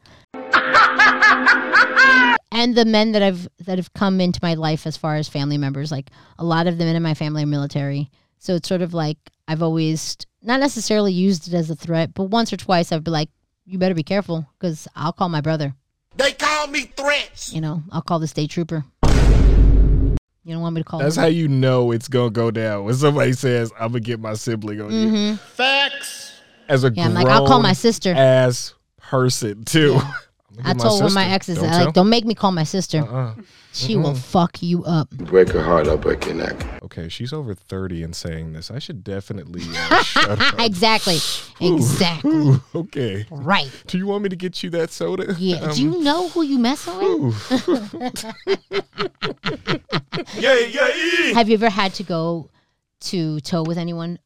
S2: and the men that I've that have come into my life as far as family members, like a lot of the men in my family are military. So it's sort of like I've always not necessarily used it as a threat, but once or twice I've been like, "You better be careful, because I'll call my brother."
S7: They call me threats.
S2: You know, I'll call the state trooper. You don't want me to call.
S3: That's
S2: him?
S3: how you know it's gonna go down when somebody says, "I'm gonna get my sibling on you."
S2: Mhm.
S7: Facts.
S3: As a
S2: Yeah, I'm like, I'll call my
S3: grown
S2: sister.
S3: ass person too. I'm gonna
S2: I
S3: get my
S2: told one of my
S3: sister.
S2: exes,
S3: Don't
S2: that, like,
S3: tell. Uh-uh.
S2: don't make me call my sister. She will
S3: Mm-mm.
S2: fuck you up.
S3: Break her heart, I'll break your neck. Okay, she's over 30 and saying this. I should definitely uh, shut up.
S2: Ah, exactly.
S3: Ooh,
S2: Exactly.
S3: ooh, okay.
S2: Right.
S3: Do you want me to get you that soda?
S2: Yeah.
S3: Um,
S2: Do you know who you messing with? Have you ever had to go to toe with anyone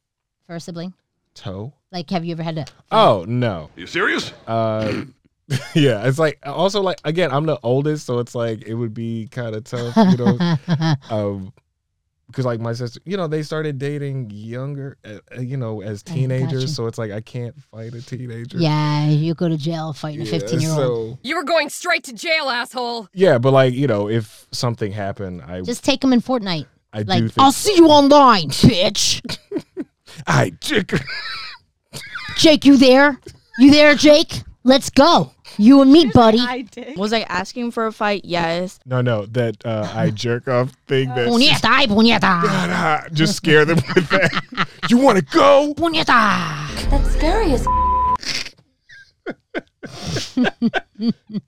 S2: for a sibling?
S3: Toe?
S2: Like, have you ever had to?
S3: Oh, no.
S16: You serious?
S3: Uh, yeah, it's like also like again, I'm the oldest, so it's like it would be kind of tough, you know, um, because like my sister, you know, they started dating younger, uh, uh, you know, as
S2: I got you.
S3: teenagers, so it's like I can't fight a teenager.
S2: Oh, Yeah, you go to jail fighting a
S3: Yeah,
S2: fifteen-year-old.
S3: so-
S17: You were going straight to jail, asshole.
S3: yeah, but like you know, if something happened, I
S2: Just take them in Fortnite.
S3: I do
S2: like,
S3: think-
S2: I'll see you online, bitch.
S3: I chick.
S2: Jake, you there? You there, Jake? Let's go. You and me, buddy.
S18: Was I asking for a fight? Yes.
S3: No, no, that uh, I jerk off thing that
S2: Oh,
S18: Puñeta, ay, puñeta.
S3: just scare them with that. you want to go?
S2: Puñeta.
S8: That's scary as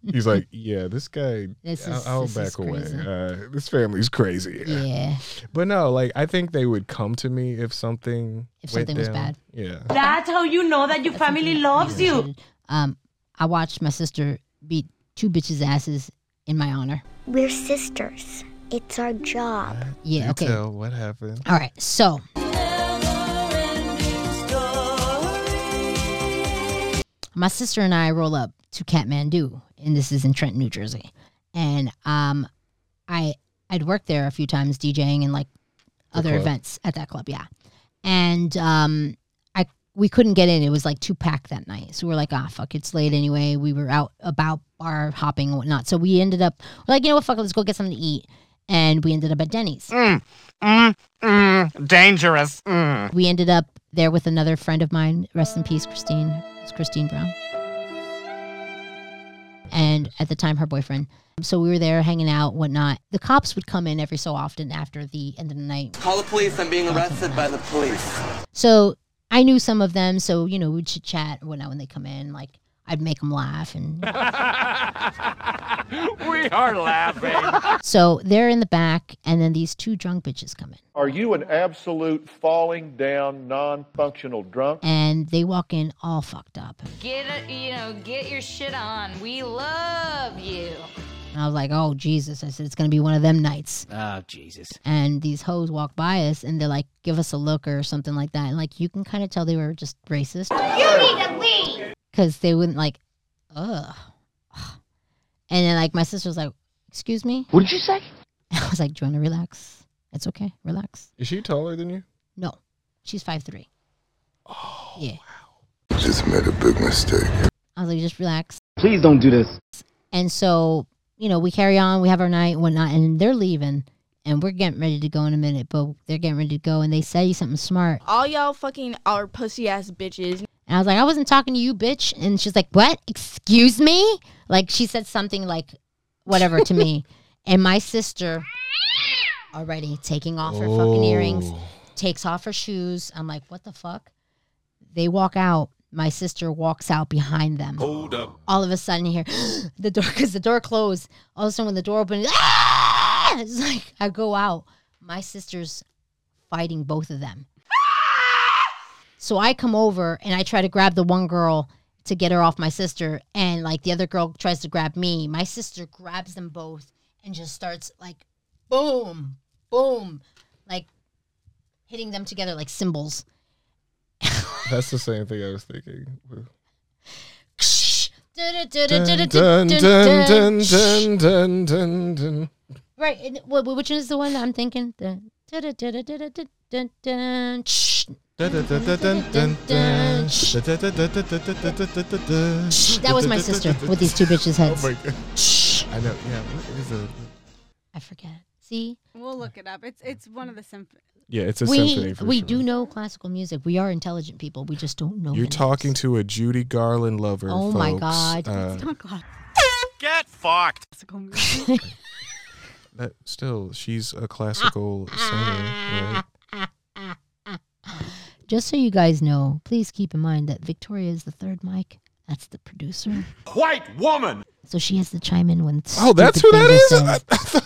S3: He's like, yeah, this guy.
S2: This
S3: I'll,
S2: is-
S3: I'll
S2: this is
S3: back away.
S2: crazy.
S3: Uh, this family's crazy.
S2: Yeah.
S3: But no, like I think they would come to me if something
S2: If
S3: went
S2: something was
S3: down.
S2: bad.
S3: Yeah.
S6: That's how you know that your family loves you.
S2: Um, I watched my sister beat two bitches' asses in my honor.
S19: We're sisters. It's our job.
S2: Yeah.
S3: You
S2: okay.
S3: tell what happened.
S2: All right. So. My sister and I roll up to Kathmandu, and this is in Trenton, New Jersey. And um, I I'd worked there a few times DJing and like
S18: The
S2: other
S18: club?
S2: events at that club, yeah. And um, I we couldn't get in; it was like too packed that night. So we're like, ah, fuck, it's late anyway. We were out about bar hopping and whatnot, so we ended up we're like, you know what, fuck, it, let's go get something to eat. And we ended up at Denny's.
S7: dangerous. Mm-hmm.
S2: We ended up there with another friend of mine. Rest in peace, Christine. It's Christine Brown. And at the time, her boyfriend. So we were there hanging out, whatnot. The cops would come in every so often after the end of the night.
S15: Call the police. I'm being arrested by the police.
S2: So I knew some of them. So, you know, we'd chit chat and whatnot when they come in. Like, I'd make them laugh and
S7: we are laughing.
S2: so they're in the back and then these two drunk bitches come in
S21: Are you an absolute falling down, non functional drunk?
S2: and they walk in all fucked up.
S22: Get a, you know, get your shit on. We love you.
S2: And I was like, "Oh Jesus!" I said, "It's gonna be one of them nights."
S4: Ah,
S9: Oh, Jesus.
S2: And these hoes walk by us and they're like, "Give us a look" or something like that. And like you can kind of tell they were just racist because they wouldn't like, ugh. And then like my sister was like, "Excuse me."
S3: What did you say?
S2: I was like, "Do you want to relax? It's okay. Relax."
S3: Is she taller than you?
S2: No, she's five three. Oh. Yeah.
S23: Just made a big mistake.
S2: I was like, "Just relax."
S23: Please don't do this.
S2: And so, you know, we carry on, we have our night and whatnot, and they're leaving, and we're getting ready to go in a minute, but they're getting ready to go, and they say something smart.
S18: All y'all fucking are pussy ass bitches.
S2: And I was like, I wasn't talking to you, bitch. And she's like, What? Excuse me? Like, she said something like, whatever to me. And my sister, already taking off her fucking earrings,
S24: Oh.
S2: takes off her shoes. I'm like, What the fuck? They walk out. My sister walks out behind them.
S24: Hold up.
S2: All of a sudden, you hear the door because the door closed. All of a sudden, when the door opened, "Ah!" it's like I go out. My sister's fighting both of them. So I come over and I try to grab the one girl to get her off my sister, and like the other girl tries to grab me. My sister grabs them both and just starts like, boom, boom, like hitting them together like cymbals.
S3: That's the same thing I was thinking. Dun, dun, dun, dun,
S2: Right,
S3: dun, dun, dun, dun.
S2: and wh- wh- which one is the one I'm thinking? Dun, dun, dun, dun, dun, dun, dun, dun, dun, shh.
S3: That
S2: That was my sister with these two bitches' heads.
S3: Oh my god. I know, yeah. What is a,
S2: I forget. See,
S1: we'll look it up. It's it's one of the symphonies.
S3: yeah, it's a
S2: we
S3: symphony for
S2: we
S3: sure.
S2: do know classical music. We are intelligent people. We just don't know.
S3: You're
S2: the
S3: talking to a Judy Garland lover.
S2: Oh my
S3: folks.
S2: God.
S3: Uh,
S2: It's not
S7: Get fucked.
S3: that, still, she's a classical singer, right?
S2: names. Just so you guys know, please keep in mind that Victoria is the third mic. That's the producer.
S7: White woman.
S2: So she has to chime in when.
S3: Oh, that's who
S2: stupid
S3: that
S2: things
S3: is.
S2: are
S3: I,
S2: said.
S3: I thought-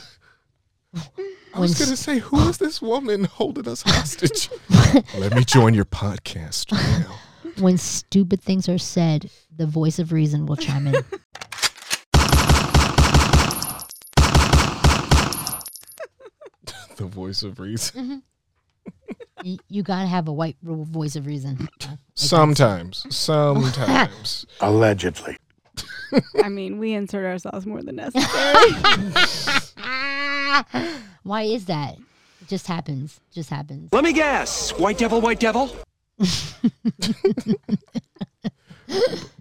S3: I was gonna say, who is this woman holding us hostage? Let me join your podcast now.
S2: when stupid things are said, the voice of reason will chime in.
S3: the voice of reason.
S2: Y- you gotta have a white ro- voice of reason.
S3: Sometimes, sometimes, allegedly.
S1: I mean, we insert ourselves more than necessary.
S2: Why is that? It just happens. Just happens.
S13: Let me guess. White devil, white devil?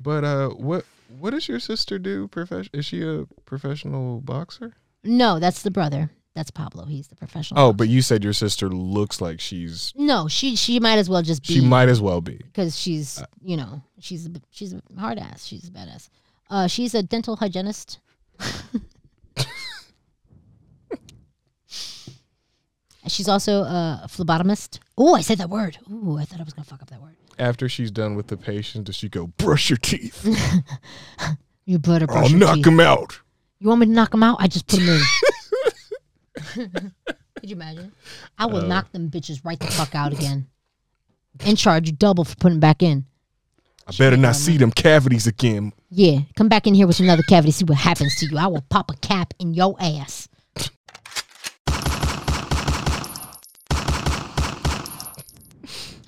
S3: But uh, what what does your sister do? Profession? Is she a professional boxer?
S2: No, that's the brother. That's Pablo. He's the professional.
S3: Oh, but you said your sister looks like she's.
S2: No, she she might as well just be
S3: She might as well be.
S2: because she's you know she's a b- she's a hard ass. She's a badass. Uh, she's a dental hygienist. she's also a phlebotomist. Oh, I said that word. Ooh, I thought I was gonna fuck up that word.
S3: After she's done with the patient, does she go brush your teeth?
S2: You better.
S3: Or
S2: brush
S3: I'll
S2: your
S3: knock
S2: teeth.
S3: him out.
S2: You want me to knock them out? I just put them in. Could you imagine? I will
S3: Uh.
S2: knock them bitches right the fuck out again. And charge you double for putting back in.
S3: I better not see them cavities again.
S2: Yeah, come back in here with another cavity. See what happens to you. I will pop a cap in your ass.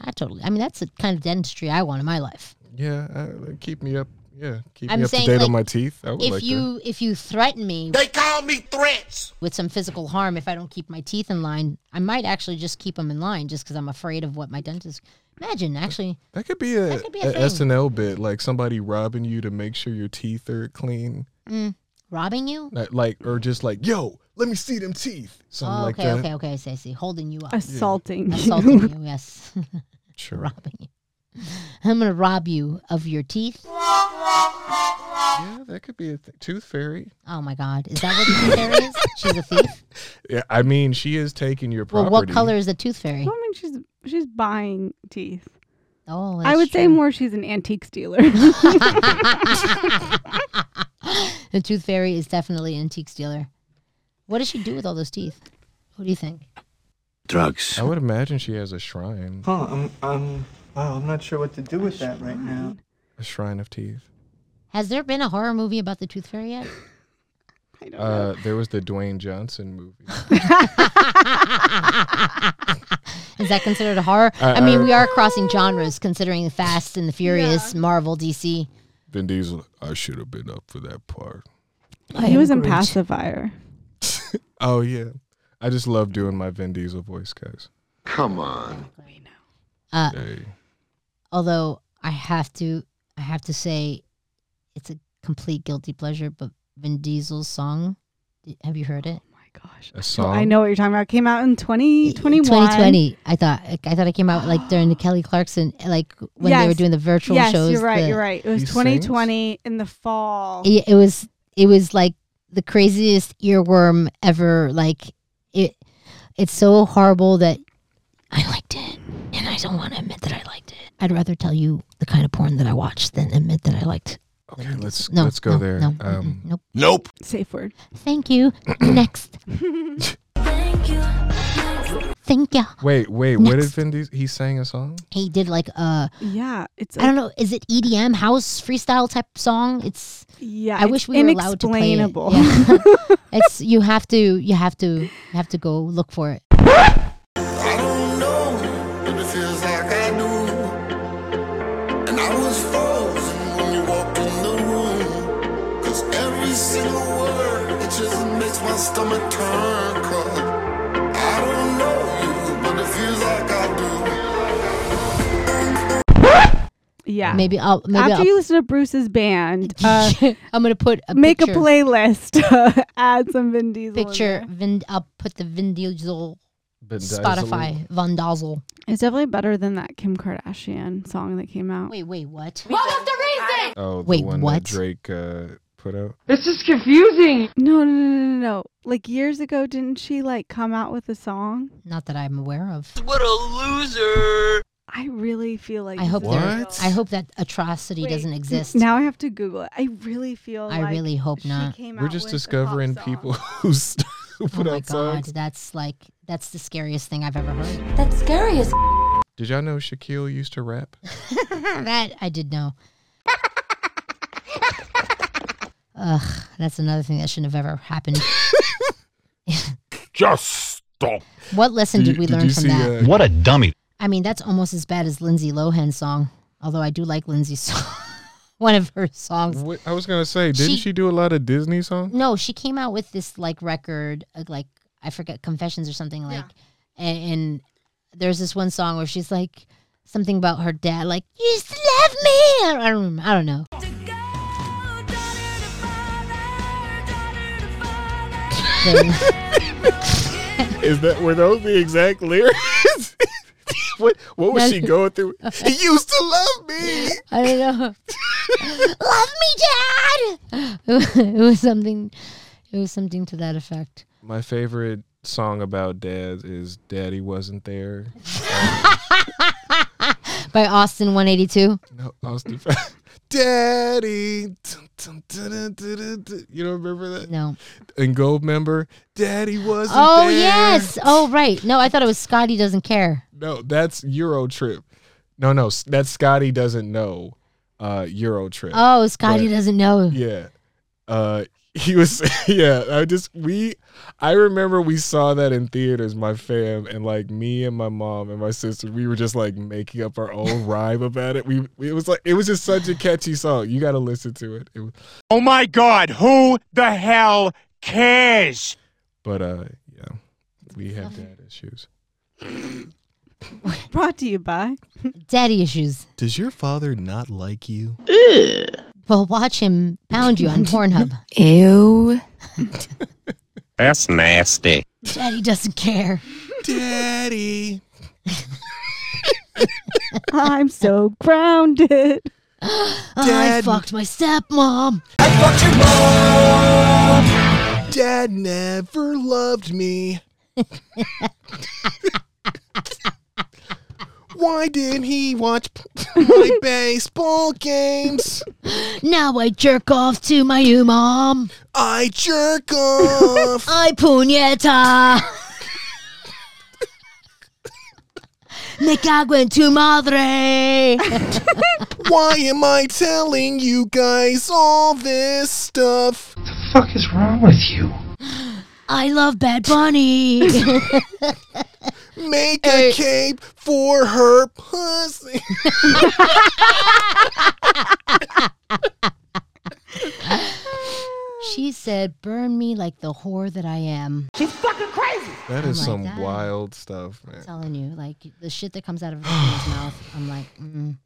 S2: I totally. I mean, that's the kind of dentistry I want in my life.
S3: Yeah, uh, keep me up. Yeah, keep
S2: I'm
S3: me up to
S2: saying,
S3: date
S2: like,
S3: on my teeth. I would
S2: if
S3: like
S2: you if you threaten me,
S7: They call me threats.
S2: with some physical harm if I don't keep my teeth in line. I might actually just keep them in line just because I'm afraid of what my dentist. Imagine actually.
S3: that. That could be a,
S2: could be a
S3: a
S2: thing.
S3: SNL bit, like somebody robbing you to make sure your teeth are clean.
S2: Mm, robbing you?
S3: Like, like- or just like, yo, let me see them teeth.
S2: Oh,
S3: Something like
S2: okay,
S3: that.
S2: okay, okay. I see, I see. Holding you up.
S1: Assaulting you.
S2: Assaulting you, yes.
S3: Sure.
S2: robbing you. I'm going to rob you of your teeth.
S3: Yeah, that could be a th- tooth fairy.
S2: Oh, my God. Is that what the tooth fairy is? She's a thief?
S3: Yeah, I mean, she is taking your
S2: Well,
S3: property.
S2: what color is the tooth fairy?
S1: Well, I mean, she's she's buying teeth.
S2: Oh,
S1: I
S2: that's
S1: would say
S2: true.
S1: more she's an antiques dealer.
S2: The Tooth Fairy is definitely an antique dealer. What does she do with all those teeth? What do you think?
S3: Drugs. I would imagine she has a shrine.
S4: Huh, I'm, I'm, wow, I'm not sure what to do with that right now.
S3: A shrine of teeth.
S2: Has there been a horror movie about the Tooth Fairy yet?
S3: Uh, there was the Dwayne Johnson movie.
S2: Is that considered a horror?
S3: Uh,
S2: I mean,
S3: uh,
S2: we are crossing genres considering the Fast and the Furious, Marvel, DC.
S3: Vin Diesel, I should have been up for that part.
S1: he was in
S2: Groot.
S1: pacifier.
S3: Oh yeah, I just love doing my Vin Diesel voice, guys. Come on.
S2: Uh,
S3: Hey.
S2: Although I have to, I have to say, it's a complete guilty pleasure. But Vin Diesel's song, have you heard it?
S3: A
S1: Well,
S3: song.
S1: I know what you're talking about. Came out in 2021.
S2: 2020. I thought I thought it came out like during the Kelly Clarkson, like when they were
S1: Yes.
S2: doing the virtual
S1: yes,
S2: shows.
S1: you're right.
S2: the-
S1: You're right. It was
S2: He sings?
S1: 2020 in the fall.
S2: It, it was it was like the craziest earworm ever. Like it, it's so horrible that I liked it, and I don't want to admit that I liked it. I'd rather tell you the kind of porn that I watched than admit that I liked.
S3: Okay, let's
S2: No,
S3: let's go
S2: no,
S3: there.
S2: no,
S3: um,
S2: nope.
S3: Nope.
S1: Safe word.
S2: Thank you. Next. Thank you.
S3: Wait, wait. What did Vin Diesel? He sang a song.
S2: He did like a
S1: yeah. It's
S2: I don't know. Is it EDM house freestyle type song? It's
S1: Yeah,
S2: I
S1: it's
S2: wish we were allowed to play it.
S1: inexplainable.
S2: Yeah. it's you have to you have to you have to go look for it.
S5: And I was frozen when you walked in the room. Cause every single word, it just makes my stomach turn cold. I don't know you, but it feels like I
S1: Yeah.
S2: Maybe I'll maybe
S1: After
S2: I'll,
S1: you listen to Bruce's band, uh,
S2: I'm gonna put a
S1: make
S2: picture-
S1: a playlist. add some Vin Diesel. in
S2: picture Vin. I'll put the Vin Diesel
S3: Vin Diesel.
S2: Spotify Von Dazzle.
S1: there. It's definitely better than that Kim Kardashian song that came out.
S2: Wait, wait, what?
S17: What was the reason?
S3: Oh, the
S1: Wait,
S3: one that
S1: what?
S3: Drake uh, put out.
S1: This is confusing. No, no, no, no, no. Like years ago, didn't she like come out with a song?
S2: Not that I'm aware of.
S1: What a loser! I really feel like
S2: I hope
S1: this is
S2: there.
S1: real.
S2: I hope that atrocity doesn't exist.
S1: Now I have to Google it. I really feel.
S2: I
S1: like
S2: really hope
S1: she
S2: not.
S1: Came
S3: We're
S1: out
S3: just
S1: with a pop
S3: discovering
S1: song.
S3: people who, st- who
S2: Oh
S3: put
S2: my
S3: out songs.
S2: god, that's like that's the scariest thing I've ever heard.
S5: That's scary as.
S3: Did y'all know Shaquille used to rap?
S2: that I did know. Ugh, that's another thing that shouldn't have ever happened.
S16: Just stop.
S2: What lesson did, we learn from
S3: uh,
S2: that?
S16: what a dummy.
S2: I mean, that's almost as bad as Lindsay Lohan's song. Although I do like Lindsay's song, one of her songs.
S3: uh, What, I was gonna say, didn't she,
S2: She-
S3: do a lot of Disney songs?
S2: No, she came out with this like record, uh, like I forget Confessions or something like, and, and there's this one song where she's like something about her dad, like you still love me. I don't, I don't, I don't know.
S3: Is that were those the exact lyrics? what what was she
S2: That's-
S3: going through? He used to love me.
S2: I don't know. love me, Dad. it was something. It was something to that effect.
S3: My favorite song about dads is "Daddy Wasn't There."
S2: By Austin 182.
S3: No, Austin. Fa- Daddy, dun, dun, dun, dun, dun, dun, dun. you don't remember that?
S2: No.
S3: And Gold member, Daddy wasn't
S2: Oh
S3: there.
S2: yes. Oh right. No, I thought it was Scotty doesn't care.
S3: No, that's Euro Trip. No, no, s- that's Scotty doesn't know uh Euro Trip.
S2: Oh, Scotty
S3: But-
S2: doesn't know.
S3: Yeah. Uh he was yeah, I just we I remember we saw that in theaters, my fam, and like me and my mom and my sister, we were just like making up our own rhyme about it. We it was like it was just such a catchy song. You gotta listen to it. It was
S7: Oh my god, who the hell cares?
S3: but uh yeah. We have dad issues.
S1: Brought to you by.
S2: Daddy issues.
S3: Does your father not like you?
S2: Well, watch him pound you on Pornhub.
S10: Ew.
S7: That's nasty.
S2: Daddy doesn't care.
S3: Daddy.
S1: I'm so grounded.
S2: I fucked my stepmom.
S3: Dad never loved me. Why didn't he watch my baseball games?
S2: Now I jerk off to my new mom.
S3: I jerk off.
S2: I puñeta. Me cago en tu madre.
S3: Why am I telling you guys all this stuff?
S10: What the fuck is wrong with you?
S2: I love Bad Bunny.
S3: Make a cape for her pussy.
S2: she said, "Burn me like the whore that I am."
S12: She's fucking crazy.
S3: That
S2: Oh
S3: is
S2: my
S3: some
S2: God.
S3: wild stuff, man.
S2: I'm telling you, like the shit that comes out of his mouth, I'm like, mm.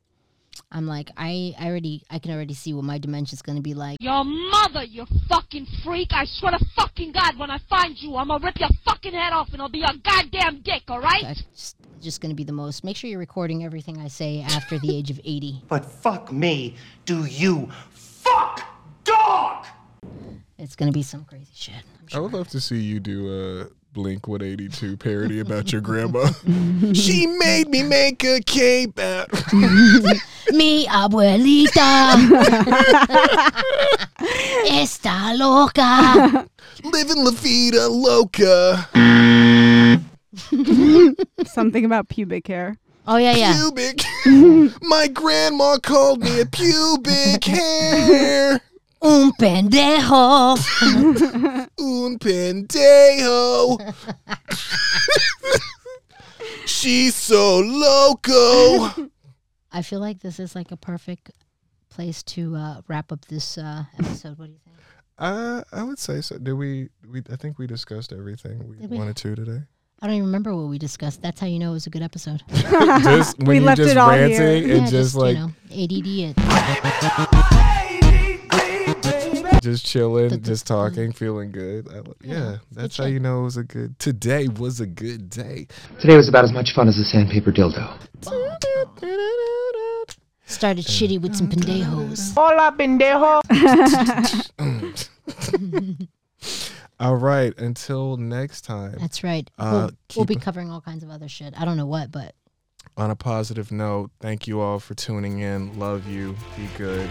S2: I'm like, I, I already, I can already see what my dimension's gonna be like.
S14: Your mother, you fucking freak. I swear to fucking God, when I find you, I'm gonna rip your fucking head off and I'll be your goddamn dick, alright?
S2: That's just, just gonna be the most. Make sure you're recording everything I say after the age of 80.
S12: But fuck me, do you?
S2: It's gonna be some crazy shit.
S3: I would love to see you do a Blink 182 parody about your grandma. she made me make a cape out.
S2: Mi abuelita está loca.
S3: Living La Vida Loca.
S1: Something about pubic hair.
S2: Oh yeah, yeah.
S3: Pubic. My grandma called me a pubic hair.
S2: Un pendejo.
S3: Un pendejo. She's so loco.
S2: I feel like this is like a perfect place to uh, wrap up this uh, episode. What do you think?
S3: Uh, I would say so. Did we, we? I think we discussed everything we
S2: Did we?
S3: wanted to today.
S2: I don't even remember what we discussed. That's how you know it was a good episode.
S3: Just when you just ranting and
S2: Yeah,
S3: just, like
S2: you know, ADD it.
S3: just chilling, just talking, feeling good. I, li- mm-hmm. yeah, that's how you know it was a good. Today was a good day.
S10: Today was about as much fun as a sandpaper dildo.
S2: Started shitty with some pendejos.
S12: Hola, pendejo.
S3: All right, until next time.
S2: That's right.
S3: Uh,
S2: we'll, we'll be
S3: keep-
S2: covering all kinds of other shit. I don't know what, but
S3: On a positive note, thank you all for tuning in. Love you. Be good.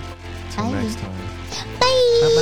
S3: Till
S2: Bye.
S3: next time.
S2: Bye.